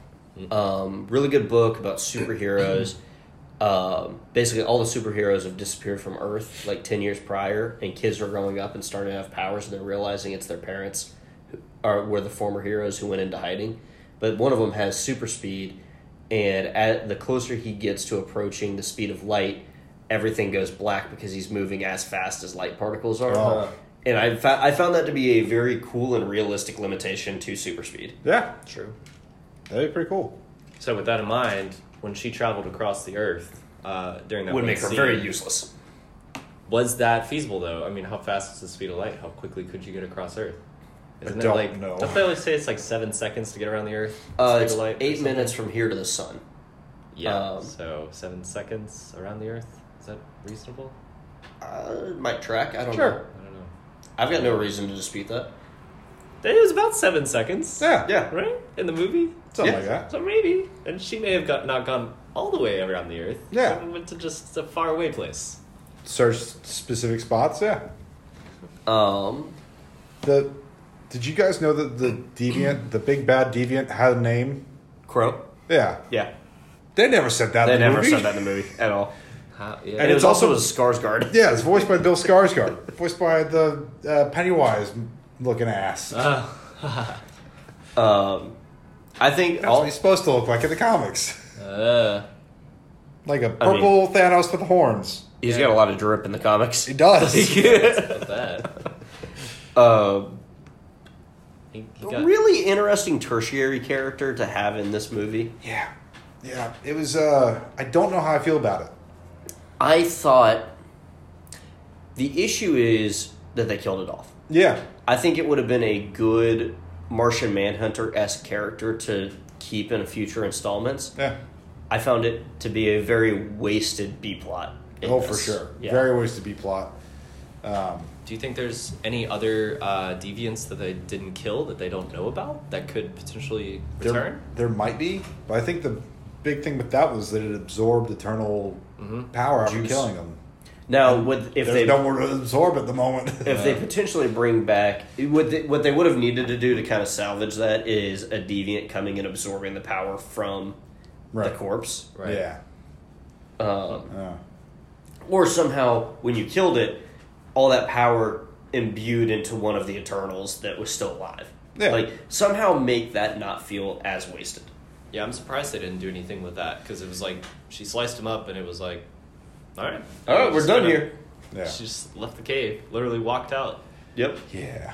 A: Um, really good book about superheroes. um, basically, all the superheroes have disappeared from Earth like 10 years prior, and kids are growing up and starting to have powers, and they're realizing it's their parents who are, were the former heroes who went into hiding. But one of them has super speed, and at, the closer he gets to approaching the speed of light, everything goes black because he's moving as fast as light particles are.
C: Oh.
A: And I, fa- I found that to be a very cool and realistic limitation to super speed.
C: Yeah,
B: True.
C: that'd be pretty cool.
B: So with that in mind, when she traveled across the Earth uh, during that
A: Would
B: one
A: make her
B: scene,
A: very useless.
B: Was that feasible though? I mean, how fast is the speed of light? How quickly could you get across Earth? Isn't
C: don't
B: it like
C: know.
B: don't they always say it's like seven seconds to get around the Earth?
A: Uh,
B: speed
A: it's
B: of light or
A: eight
B: something?
A: minutes from here to the sun.
B: Yeah.
A: um,
B: so seven seconds around the Earth is that reasonable?
A: Uh, might track. I don't know.
C: Sure.
B: I don't know.
A: I've got no reason to dispute that.
B: It was about seven seconds.
C: Yeah,
A: Yeah.
B: Right in the movie.
C: something
A: Yeah.
C: like that.
B: So maybe, and she may have got not gone all the way around the Earth.
C: Yeah.
B: She went to just a faraway place.
C: Search specific spots. Yeah.
A: Um,
C: The did you guys know that the deviant, the big bad deviant, had a name?
A: Crow.
C: Yeah,
A: Yeah.
C: they never said that.
A: They
C: in the
A: never
C: movie.
A: said that in the movie at all.
B: How,
A: And, it
C: it's
A: was also
C: also-
A: a Skarsgård.
C: Yeah, it's voiced by Bill Skarsgård, voiced by the uh, Pennywise looking ass.
A: Uh,
B: Ah.
A: Um, I think
C: That's
A: all.
C: what he's supposed to look like in the comics,
B: Uh,
C: like a
A: I mean-
C: purple Thanos with horns.
A: He's got a lot of drip in the comics.
C: He does.
B: not bad.
A: Um,
B: He, he
A: a
B: got,
A: really interesting tertiary character to have in this movie.
C: yeah, yeah. It was. Uh, I don't know how I feel about it.
A: I thought the issue is that they killed it off.
C: Yeah,
A: I think it would have been a good Martian Manhunter esque character to keep in future installments.
C: yeah.
A: I found it to be a very wasted B plot. in
C: Oh, for
A: this.
C: sure.
A: Yeah.
C: Very ways to be plot. Um,
B: do you think there's any other uh, deviants that they didn't kill that they don't know about that could potentially
C: there,
B: return?
C: there might be, but I think the big thing with that was that it absorbed eternal power after
A: Juice.
C: killing them.
A: now, would if
C: There's
A: they
C: no more to absorb at the moment.
A: if they potentially bring back what they, what they would have needed to do to kind of salvage that is a deviant coming and absorbing the power from
C: Right.
A: the corpse,
B: Right.
C: Yeah.
A: um,
C: Uh,
A: or somehow when you killed it, all that power imbued into one of the Eternals that was still alive.
C: Yeah.
A: Like somehow make that not feel as wasted.
B: Yeah, I'm surprised they didn't do anything with that because it was like she sliced him up and it was like, all right,
A: All
C: Oh,
A: right, we're
B: Just
A: done
B: gonna-
A: here.
C: yeah.
B: She just left the cave, literally walked out.
A: Yep.
C: Yeah.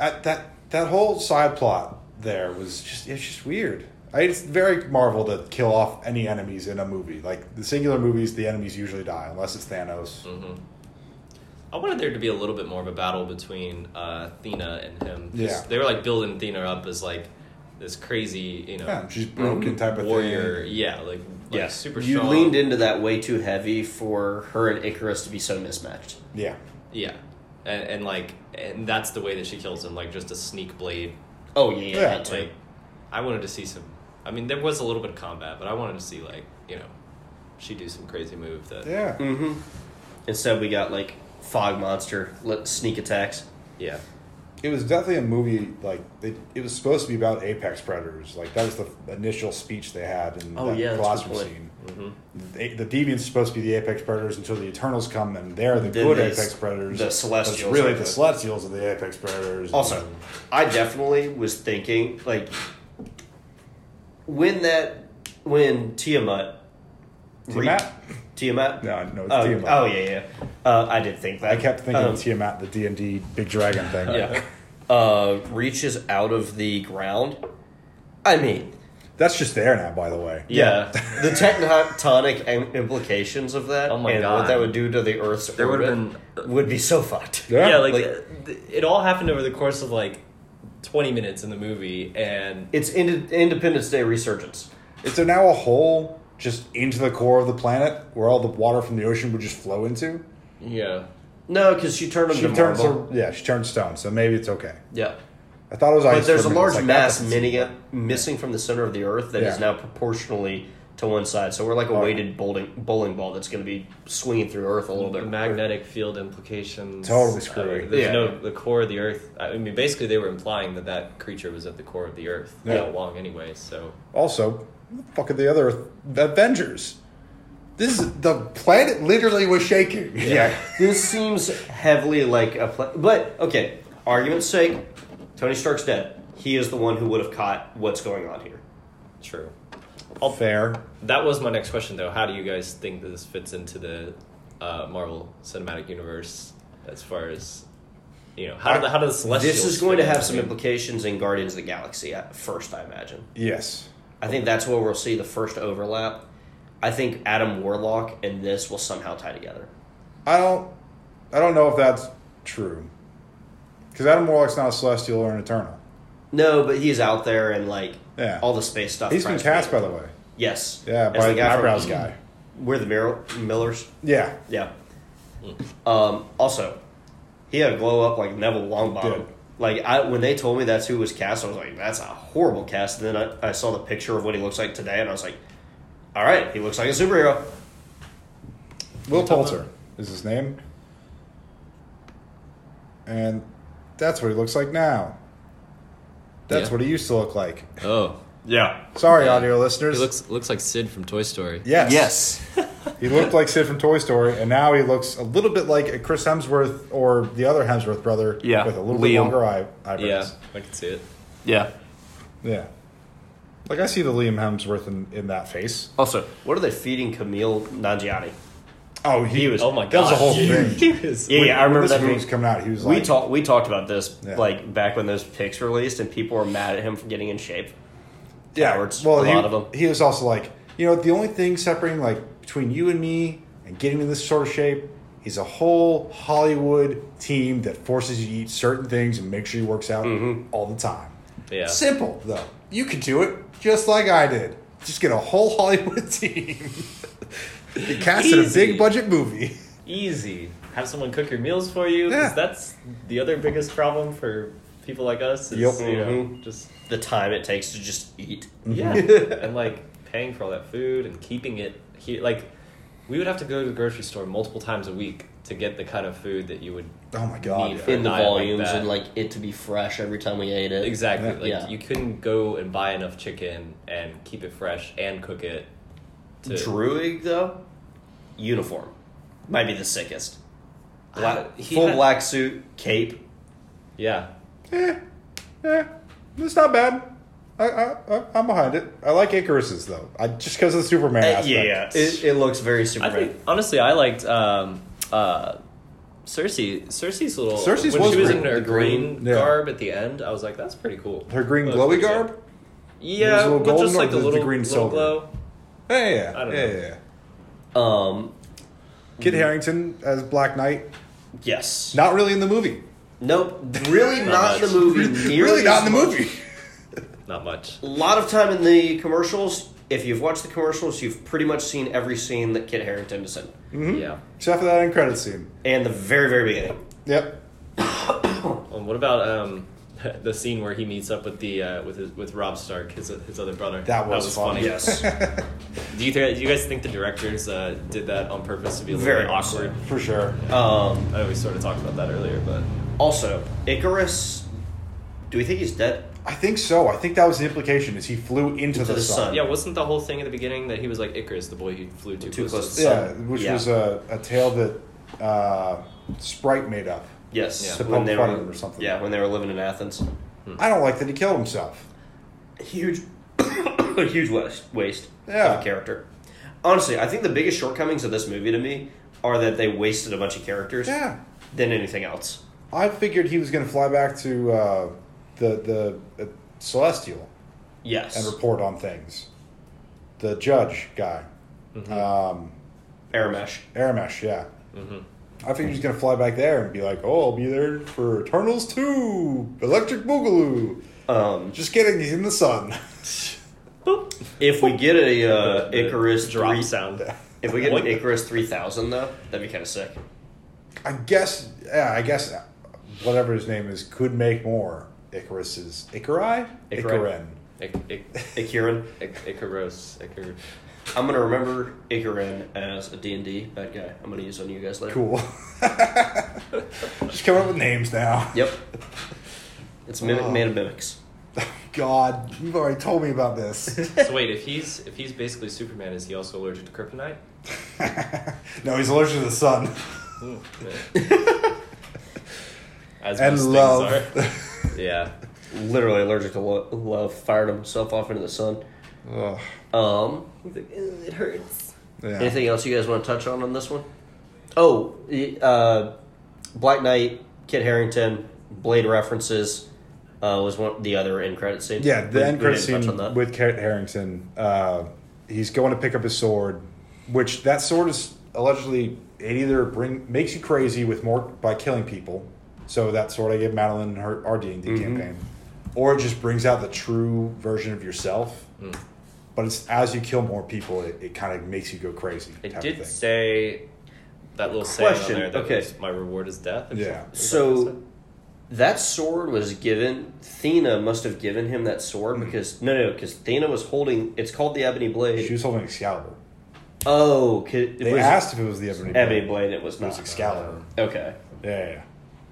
C: That that that whole side plot there was just it's just weird. I, it's very Marvel to kill off any enemies in a movie. Like the singular movies, the enemies usually die unless it's Thanos.
A: Mm-hmm.
B: I wanted there to be a little bit more of a battle between uh, Athena and him. 'Cause
C: Yeah.
B: They were like building Athena up as like this crazy, you know,
C: Yeah, she's broken type of
B: warrior.
C: thing.
B: Yeah, like, like
A: Yeah.
B: super
A: you
B: strong.
A: leaned into that way too heavy for her and Icarus to be so mismatched.
C: Yeah.
B: Yeah. And, and like, and that's the way that she kills him, like just a sneak blade.
A: Oh yeah, yeah,
C: Yeah,
A: that too.
B: Like, I wanted to see some. I mean, there was a little bit of combat, but I wanted to see, like, you know, she do some crazy move that.
C: Yeah.
A: Mm-hmm. Instead, we got like fog monster let sneak attacks.
B: Yeah.
C: It was definitely a movie like they, it was supposed to be about apex predators. Like that was the initial speech they had in
A: Oh,
C: that
A: yeah, that's a good
C: classroom
A: point. Mm-hmm.
C: scene.
B: hmm
C: They, the deviants are supposed to be the apex predators until the Eternals come, and they're the
A: Then
C: good
A: they-
C: apex predators.
A: the
C: But it's
A: Celestials
C: really,
A: are
C: the
A: the-
C: Celestials are the apex predators.
A: Also, I definitely was thinking like when that when Tiamat re-
C: Tiamat?
A: Tiamat
C: No, no, it's
A: oh,
C: Tiamat.
A: oh yeah yeah uh, I did think that
C: I kept thinking
A: Um,
C: of Tiamat, the D and D big dragon thing.
A: yeah uh, reaches out of the ground. I mean,
C: that's just there now. By the way,
A: yeah,
B: Yeah.
A: the tectonic im- implications of that
B: Oh my
A: and what
B: God.
A: that would do to the Earth's
B: There would've
A: orbit would be so fucked.
C: Yeah,
B: Yeah, like,
A: like-
B: uh, th- it all happened over the course of like 20 minutes in the movie and
A: It's Ind- Independence Day resurgence.
C: Is there now a hole just into the core of the planet where all the water from the ocean would just flow into?
B: yeah
A: No, because she turned them
C: She
A: to
C: turns,
A: marble.
C: yeah, she turns stone, so maybe it's okay.
A: yeah,
C: I thought it was ice.
A: but there's
C: for
A: a
C: minute.
A: large
C: Like, that
A: mass
C: doesn't-
A: mini- uh, missing from the center of the Earth that is now
C: Yeah.
A: proportionally to one side. So we're like a weighted bowling bowling ball that's going to be swinging through Earth a little
B: the
A: bit.
B: magnetic field implications
C: Totally screwy.
B: uh, there's
A: Yeah.
B: no the core of the earth i mean basically they were implying that that creature was at the core of the earth
C: Yeah.
B: all along anyway so
C: Also, who the fuck are the other Avengers? This is the planet literally was shaking. Yeah.
A: this seems heavily like a pla but okay argument's sake tony stark's dead he is the one who would have caught what's going on here
B: true
C: All fair.
B: that was my next question though how do you guys think that this fits into the uh, marvel cinematic universe as far as you know how do the, how does the
A: this is going to have some implications
B: implications.
A: in guardians of the galaxy at first i imagine
C: Yes.
A: i think that's where we'll see the first overlap i think adam warlock and this will somehow tie together
C: I don't. I don't know if that's true. Because Adam Warlock's not a celestial or an eternal.
A: no but he's out there and like
C: Yeah.
A: all the space stuff
C: He's been
A: tries to
C: cast,
A: be-
C: by the way.
A: yes
C: Yeah,
A: as
C: by
A: the
C: the
A: guy from- E!
C: eyebrows guy.
A: we're the Mir- millers
C: Yeah.
A: Yeah. Um, also, he had a glow up like Neville Longbottom.
C: Dude.
A: Like I, when they told me that's who was cast, I was like, "That's a horrible cast." And then I, I saw the picture of what he looks like today, and I was like, "All right, he looks like a superhero."
C: Will Poulter is his name. And that's what he looks like now. That's
B: Yeah.
C: what he used to look like.
B: oh
A: Yeah.
C: Sorry, audio listeners.
B: he looks looks like sid from toy story
C: yes. He looked like Sid from Toy Story, and now he looks a little bit like a Chris Hemsworth or the other Hemsworth brother
A: Yeah,
C: with a
A: Liam.
C: little bit longer eye-
B: yeah
C: eyebrows.
B: i can see it
A: Yeah.
C: Yeah. Like, I see the Liam Hemsworth in, in that face.
A: Also, what are they feeding Camille Nanjiani?
C: Oh, he,
A: He was.
B: oh my god
C: That was a whole thing.
B: He was-
A: Yeah, yeah I remember
C: this
A: that.
C: movie
A: being-
C: was coming out. He was
A: we
C: like,
A: talked. We talked about this
C: Yeah.
A: like back when those pics were released, and people were mad at him for getting in shape. cowards,
C: Well,
A: a
C: he,
A: lot of them.
C: He was also like, you know, the only thing separating like between you and me and getting in this sort of shape is a whole Hollywood team that forces you to eat certain things and make sure you works out
A: Mm-hmm.
C: all the time.
B: yeah
C: Simple though, you could do it just like I did. Just get a whole Hollywood team, get cast in a
B: Easy.
C: big budget movie.
B: easy. Have someone cook your meals for you. 'cause
C: Yeah.
B: That's the other biggest problem for people like us. Is,
C: Yep. Mm-hmm.
B: You know,
A: Mhm.
B: just
A: The time it takes to just eat.
B: yeah, and like paying for all that food and keeping it here. Like, we would have to go to the grocery store multiple times a week to get the kind of food that you would
C: Oh my god!
B: Need
C: yeah.
B: for
A: in the
B: diet like
A: volumes
B: that.
A: and like it to be fresh every time we ate it.
B: exactly
C: Yeah.
B: like.
A: Yeah.
B: You couldn't go and buy enough chicken and keep it fresh and cook it. To,
A: Druig though, uniform might be the sickest. Black,
B: I- he
A: full
B: had-
A: black suit, cape.
B: Yeah.
C: Eh, eh, it's not bad. I, I, I, I'm behind it. I like Icarus's though. I just because of the Superman.
A: Uh,
C: aspect.
A: yeah, yeah. It, it looks very
B: I
A: Superman.
B: think honestly, I liked um, uh, Cersei. Cersei's little
C: Cersei's
B: when
C: was
B: she was
C: green.
B: in her
A: The green-
B: green
C: yeah.
B: garb at the end. I was like, that's pretty cool.
C: Her green
B: But-
C: glowy garb.
B: Yeah,
C: Those little
B: but
C: golden
B: just like
C: or
B: the,
C: the- the
B: little
C: green
B: little
C: silver?
B: glow.
C: Yeah, yeah,
B: I don't
C: yeah,
B: know. Mm-hmm.
C: yeah, yeah.
A: um,
C: Kid Harrington as Black Knight.
A: yes.
C: Not really in the movie.
A: Nope. Really
B: Not
A: not in the
B: much.
A: movie. nearly
C: really not
A: as
C: in the
A: much.
C: movie.
B: Not much.
A: A lot of time in the commercials. If you've watched the commercials, you've pretty much seen every scene that Kit Harrington is in,
C: Mm-hmm.
B: Yeah.
C: Except for that end credit scene.
A: and the very very beginning.
C: Yep.
B: Um, what about um, the scene where he meets up with the uh, with his, with Rob Stark, his his other brother?
C: That was fun.
B: funny.
A: Yes.
B: Do you th- do you guys think the directors uh, did that on purpose to be a little
A: Very
B: bit
A: much so.
B: awkward?
C: For sure.
A: um,
B: I know we sort of talked about that earlier, but
A: Also, Icarus. Do we think he's dead?
C: I think so. I think that was the implication is he flew into, the,
A: the
C: sun.
A: sun.
B: yeah, wasn't the whole thing at the beginning that he was like Icarus, the boy who flew too,
A: Too
B: close to the
A: close
B: sun?
C: Yeah, which
A: Yeah.
C: was a, a tale that uh, Sprite made up.
A: Yes.
B: Yeah.
C: To pump fun or something.
A: Yeah, when they were living in Athens. Hmm.
C: I don't like that he killed himself.
A: Huge, huge waste, waste of
C: Yeah.
A: a character. Honestly, I think the biggest shortcomings of this movie to me are that they wasted a bunch of characters
C: Yeah.
A: than anything else.
C: I figured he was going to fly back to uh, the, the uh, Celestial.
A: Yes.
C: and report on things. The judge guy, um,
A: Mm-hmm. Aramesh. Mm-hmm.
C: Aramesh, yeah. I think he's gonna fly back there and be like, "Oh, I'll be there for Eternals two, Electric Boogaloo."
A: Um,
C: Just kidding. He's in the sun.
A: if we get a uh, Icarus
B: drop
A: three,
B: sound.
A: if we get an
B: What?
A: Icarus three thousand though, that'd be kind of sick.
C: I guess. Yeah, I guess whatever his name is could make more. Icarus is Icari.
A: Icari.
C: Icarin.
B: Ic- ic-
A: Icarin.
B: ic- Icaros. Icar-
A: I'm gonna remember Icarin as a D and D bad guy. I'm gonna use on you guys later.
C: Cool. Just coming up with names now.
A: Yep. It's mimic
C: Wow.
A: made of mimics.
C: God, you've already told me about this.
B: So wait, if he's if he's basically Superman, is he also allergic to kryptonite?
C: no, he's allergic to the sun
B: Hmm, yeah. As
C: and
B: most things
C: love.
B: are. Yeah.
A: Literally allergic to lo- love. Fired himself off into the sun.
C: Ugh,
A: Um,
B: It hurts.
C: yeah.
A: Anything else you guys want to touch on on this one? Oh, y- uh, Black Knight, Kit Harrington, Blade references uh, was one the other end credit scene.
C: Yeah, the
A: We-
C: end
A: we
C: credit
A: didn't touch on
C: scene
A: that.
C: with Kit Harrington. Uh, he's going to pick up his sword, which that sword is allegedly it either bring makes you crazy with more by killing people. So that sword I gave Madeline in her our D and
A: Mm-hmm.
C: D campaign, or it just brings out the true version of yourself.
A: Mm.
C: But it's as you kill more people, it, it kind of makes you go crazy.
B: It
C: type of
B: did
C: thing.
B: say that little saying on
A: Question,
B: there that
A: okay.
B: was, my reward is death. or
C: Yeah.
B: something. Is that what it
A: So that sword was given. Thena must have given him that sword because no, no, because Thena was holding. It's called the Ebony Blade.
C: She was holding Excalibur.
A: Oh, 'cause it
C: They
A: was
C: asked if it was the Ebony Blade.
A: Ebony Blade. It was
C: It was
A: not.
C: Excalibur.
A: um, Okay,
C: Yeah, yeah, yeah.
B: said? Um,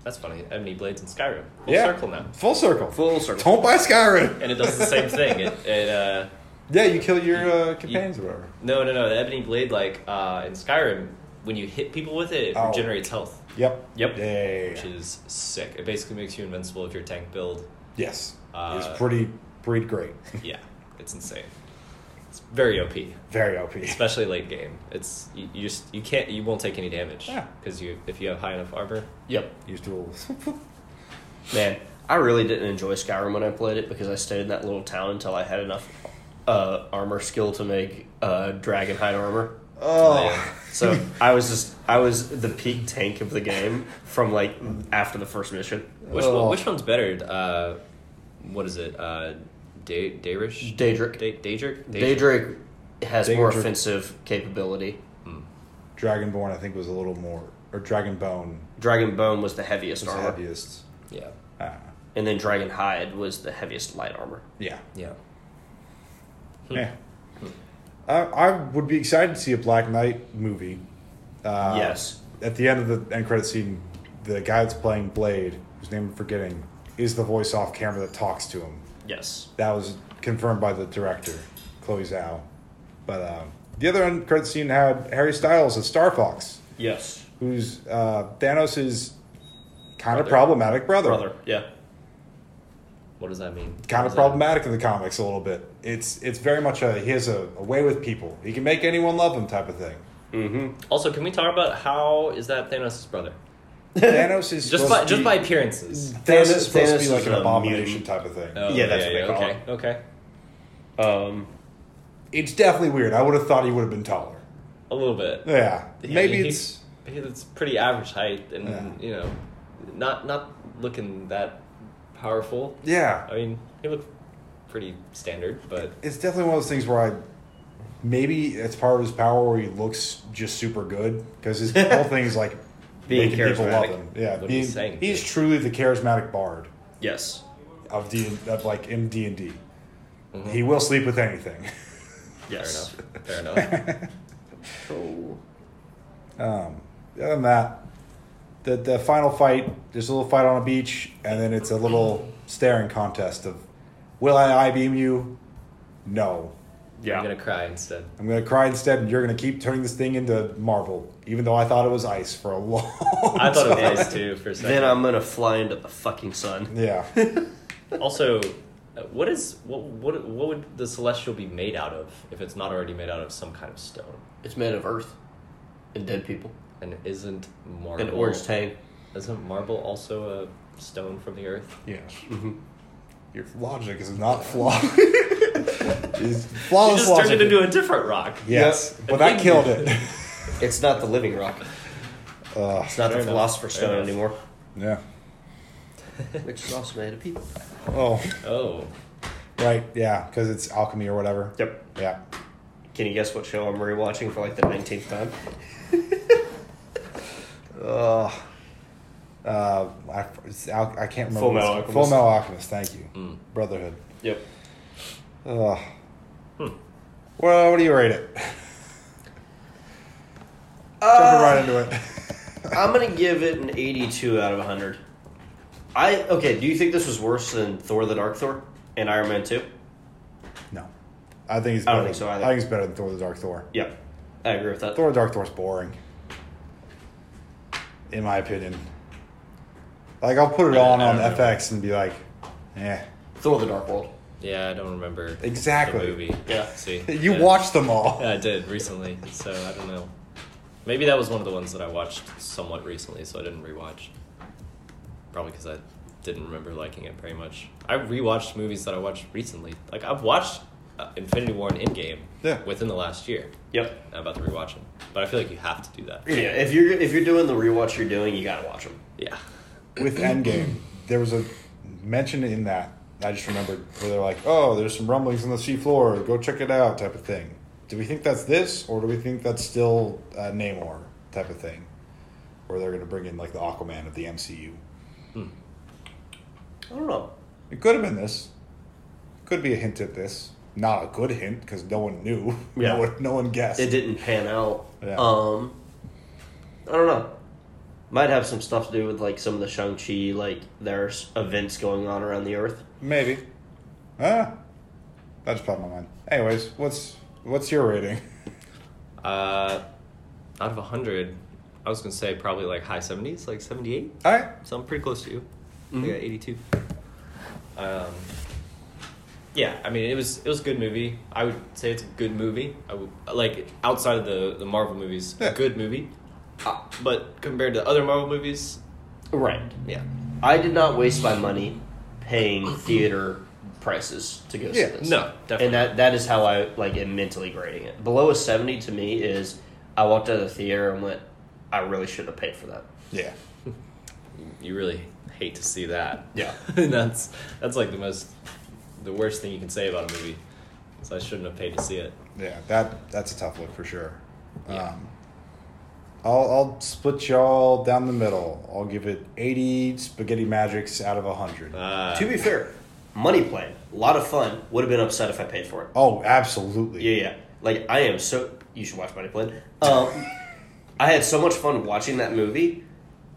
B: That's funny. Ebony Blades in Skyrim. Full
C: Yeah.
B: circle now.
C: Full circle.
A: full circle.
C: Don't buy Skyrim.
B: And it does the same thing. It, it uh,
C: Yeah, you kill your uh, companions or whatever.
B: no, no, no. The Ebony Blade, like uh, in Skyrim, when you hit people with it, it
C: Oh.
B: regenerates health,
C: Yep.
A: Yep.
C: Yeah, yeah, yeah, yeah.
B: which is sick. It basically makes you invincible if you're tank build.
C: Yes.
B: Uh,
C: it's pretty, pretty great.
B: Yeah, it's insane. It's very OP,
C: Very OP.
B: especially late game. It's you, you just you can't you won't take any damage
C: Yeah.
B: because you if you have high enough armor.
A: Yep,
C: Used tools.
A: man. I really didn't enjoy Skyrim when I played it because I stayed in that little town until I had enough uh, armor skill to make uh, dragonhide armor.
C: Oh.
A: So I was just I was the peak tank of the game from like after the first mission.
B: Which
C: Oh.
B: one, which one's better? Uh, what is it? Uh, Day Dayrish.
A: Daedric.
B: Day Daedric.
A: Daedric has more
C: Daedric.
A: offensive capability.
C: Oh. Dragonborn, I think, was a little more, or Dragonbone
A: Dragon Bone was the heaviest
C: was the
A: armor,
C: heaviest.
B: Yeah.
C: Uh,
A: and then Dragon Hide was the heaviest light armor.
C: yeah.
B: Yeah.
C: Yeah. I, I would be excited to see a Black Knight movie. Uh,
A: Yes.
C: At the end of the end credit scene, the guy that's playing Blade, whose name I'm forgetting, is the voice off camera that talks to him.
A: Yes,
C: That was confirmed by the director, Chloe Zhao. But um, the other end credit scene had Harry Styles as Star Fox,
A: yes,
C: who's uh, Thanos' kind of
B: Brother.
C: problematic brother.
A: brother. Yeah,
B: What does that mean?
C: Kind
B: What
C: of
B: is that?
C: problematic in the comics a little bit. It's it's very much a he has a, a way with people. He can make anyone love him type of thing.
B: Also, can we talk about how is that Thanos' brother?
C: Thanos
B: Just
C: is supposed
B: by
C: to
B: just
C: be-
B: by appearances.
C: Thanos,
A: Thanos-
C: is supposed
A: Thanos
C: to
A: is
C: be like an
A: a
C: abomination
A: mutant.
C: type of thing.
B: Oh,
A: Yeah, that's what they
B: okay, Okay.
A: um,
C: It's definitely weird. I would have thought he would have been taller.
B: A little bit.
C: Yeah,
B: Yeah,
C: Uh, maybe
B: he-
C: it's
B: he- it's pretty average height, and
C: Yeah.
B: you know, not not looking that powerful.
C: yeah.
B: I mean, he looked pretty standard, but
C: it's definitely one of those things where I maybe it's part of his power where he looks just super good because his whole thing is like
A: Being
C: making people love
A: charismatic.
C: him. Yeah,
B: What
C: being,
B: he's saying.
C: he's truly the charismatic bard
A: yes,
C: of D of like in D and D.
B: Mm-hmm.
C: He will sleep with anything.
A: yes.
B: fair enough. Fair enough.
A: So,
C: Um, other than that, the the final fight, there's a little fight on a beach, and then it's a little staring contest of, will I I beam you? No.
B: I'm
A: yeah,
B: gonna cry instead.
C: I'm gonna cry instead, and you're gonna keep turning this thing into marble, even though I thought it was ice for a long.
B: I thought it
A: Sorry.
B: was nice too for a second.
A: then um, I'm gonna fly into the fucking sun.
C: Yeah,
B: also, uh, what is what what what would the celestial be made out of if it's not already made out of some kind of stone?
A: It's made of earth and dead people
B: And isn't marble
A: and orange tang.
B: Isn't marble also a stone from the earth?
C: yeah.
B: Mm-hmm.
C: Your logic is not flawed. It's flawless
B: You just
C: logic.
B: turned it into a different rock.
C: yes,
B: Yep.
C: but that killed it.
A: It's not the living rock.
C: Ugh,
A: It's not
B: Fair
A: the
B: enough.
A: Philosopher's
B: Fair
A: Stone
B: enough.
A: anymore,
C: yeah.
A: which is also made of people.
C: Oh,
B: Oh,
C: right. Yeah, because it's alchemy or whatever.
A: Yep.
C: Yeah.
A: Can you guess what show I'm rewatching for like the nineteenth time?
C: Ugh. Uh, I, it's al- I can't remember.
A: Full
C: what
A: Metal
C: it's called.
A: Alchemist.
C: Full Metal Alchemist. Thank you.
B: Mm.
C: Brotherhood.
A: Yep.
C: Ugh.
B: Hmm.
C: Well, what do you rate it? Jumping
A: Uh,
C: right into it.
A: I'm gonna give it an 82 out of 100. I okay. Do you think this was worse than Thor: The Dark Thor and Iron Man Two?
C: no, I think it's.
A: I
C: Better
A: don't think
C: than-
A: so either.
C: I think it's better than Thor: The Dark Thor.
A: Yep, I agree with that.
C: Thor: The Dark Thor's boring, in my opinion. Like I'll put it
B: Yeah,
C: on
B: I
C: on
B: don't know.
C: FX and be like, eh.
A: Thor: The Dark World.
B: yeah, I don't remember
C: Exactly.
B: the movie.
A: Yeah.
B: see,
C: You
B: I-
C: watched them all.
B: Yeah, Uh, I did recently, so I don't know. Maybe that was one of the ones that I watched somewhat recently, so I didn't rewatch. Probably because I didn't remember liking it very much. I rewatched movies that I watched recently. Like I've watched uh, Infinity War and Endgame
C: Yeah.
B: within the last year.
A: Yep.
B: I'm about to rewatch them, but I feel like you have to do that.
A: Yeah. If you're if you're doing the rewatch you're doing, you gotta watch them.
B: Yeah.
C: with Endgame, there was a mention in that I just remembered where they're like, "Oh, there's some rumblings on the sea floor. Go check it out," type of thing. Do we think that's this, or do we think that's still uh, Namor type of thing, or they're going to bring in like the Aquaman of the MCU?
A: I don't know.
C: It could have been this. Could be a hint at this. Not a good hint because no one knew.
A: Yeah.
C: No one, no one guessed.
A: It didn't pan out.
C: Yeah.
A: Um, I don't know. Might have some stuff to do with like some of the Shang Chi like there's events going on around the Earth.
C: Maybe. Ah, that just popped in my mind. Anyways, what's what's your rating?
B: Uh, out of hundred, I was gonna say probably like high seventies, like seventy eight.
C: All right.
B: So I'm pretty close to you.
A: Mhm.
B: I got 82. Um, yeah, I mean it was it was a good movie. I would say it's a good movie. I would like outside of the the Marvel movies,
C: Yeah.
B: a good movie.
A: Uh,
B: But compared to other Marvel movies,
A: right.
B: yeah,
A: I did not waste my money paying theater prices to go see
C: Yeah,
A: this.
B: no, definitely.
A: And that that is how I like am mentally grading it. Below a seventy to me is I walked out of the theater and went, I really should have paid for that.
C: Yeah.
B: you really hate to see that.
A: Yeah.
B: and that's that's like the most the worst thing you can say about a movie. So I shouldn't have paid to see it.
C: Yeah, that that's a tough look for sure.
B: Yeah.
C: Um, I'll I'll split y'all down the middle. I'll give it eighty spaghetti magics out of hundred.
B: Uh,
A: to be fair, money play, a lot of fun. Would have been upset if I paid for it.
C: oh, absolutely.
A: Yeah, yeah. Like I am so. You should watch Money Plane. Um, I had so much fun watching that movie.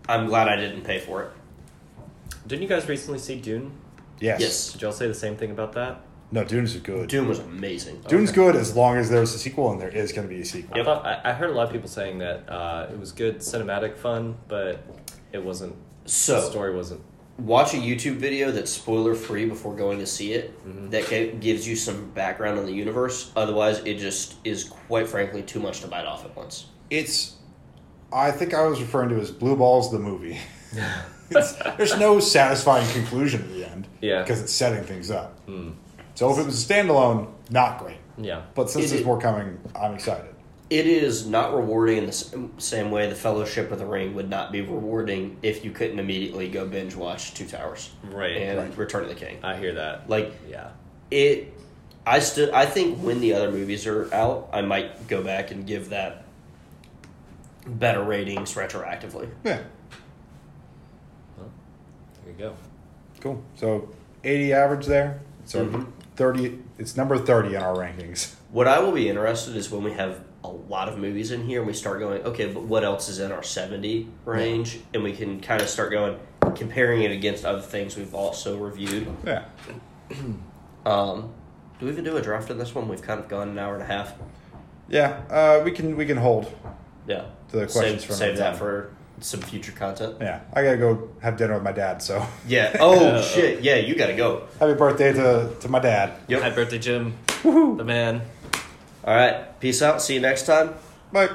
A: I'm glad I didn't pay for it.
B: didn't you guys recently see Dune?
C: Yes.
A: Yes.
B: Did y'all say the same thing about that?
C: No, Dune is good.
A: Doom was amazing.
C: Dune's good as long as there's a sequel, and there is going to be a sequel.
B: I, thought, I, I heard a lot of people saying that uh, it was good cinematic fun, but it wasn't.
A: So-
B: the story wasn't.
A: Watch a YouTube video that's spoiler free before going to see it. That ga- gives you some background on the universe. Otherwise, it just is quite frankly too much to bite off at once.
C: It's, I think I was referring to as Blue Balls the movie. It's- there's no satisfying conclusion at the end.
B: Yeah.
C: Because it's setting things up. So if it was a standalone, not great.
B: Yeah.
C: But since
A: It-
C: there's
A: it-
C: more coming, I'm excited.
A: It is not rewarding in the s- same way the Fellowship of the Ring would not be rewarding if you couldn't immediately go binge watch Two Towers
B: Right.
A: and
C: Right.
A: Return of the King.
B: I hear that.
A: Like
B: yeah.
A: it i stood i think when the other movies are out i might go back and give that better ratings retroactively
C: Yeah,
B: Well, there you go.
C: cool. So 80 average there. So 30, it's number 30 in our rankings.
A: what i will be interested is when we have a lot of movies in here and we start going okay but what else is in our 70 range and we can kind of start going comparing it against other things we've also reviewed
C: Yeah.
A: um do we even do a draft on this one we've kind of gone an hour and a half
C: Yeah, uh, we can we can hold.
A: yeah
C: So the questions
A: save,
C: for
A: save
C: another
A: that
C: time.
A: for some future content
C: Yeah, I gotta go have dinner with my dad. So
A: yeah oh
B: Uh,
A: shit yeah you gotta go
C: happy birthday to, to my dad.
A: Yep.
B: Happy birthday, Jim. The man.
A: All right. Peace out. See you next time.
C: Bye.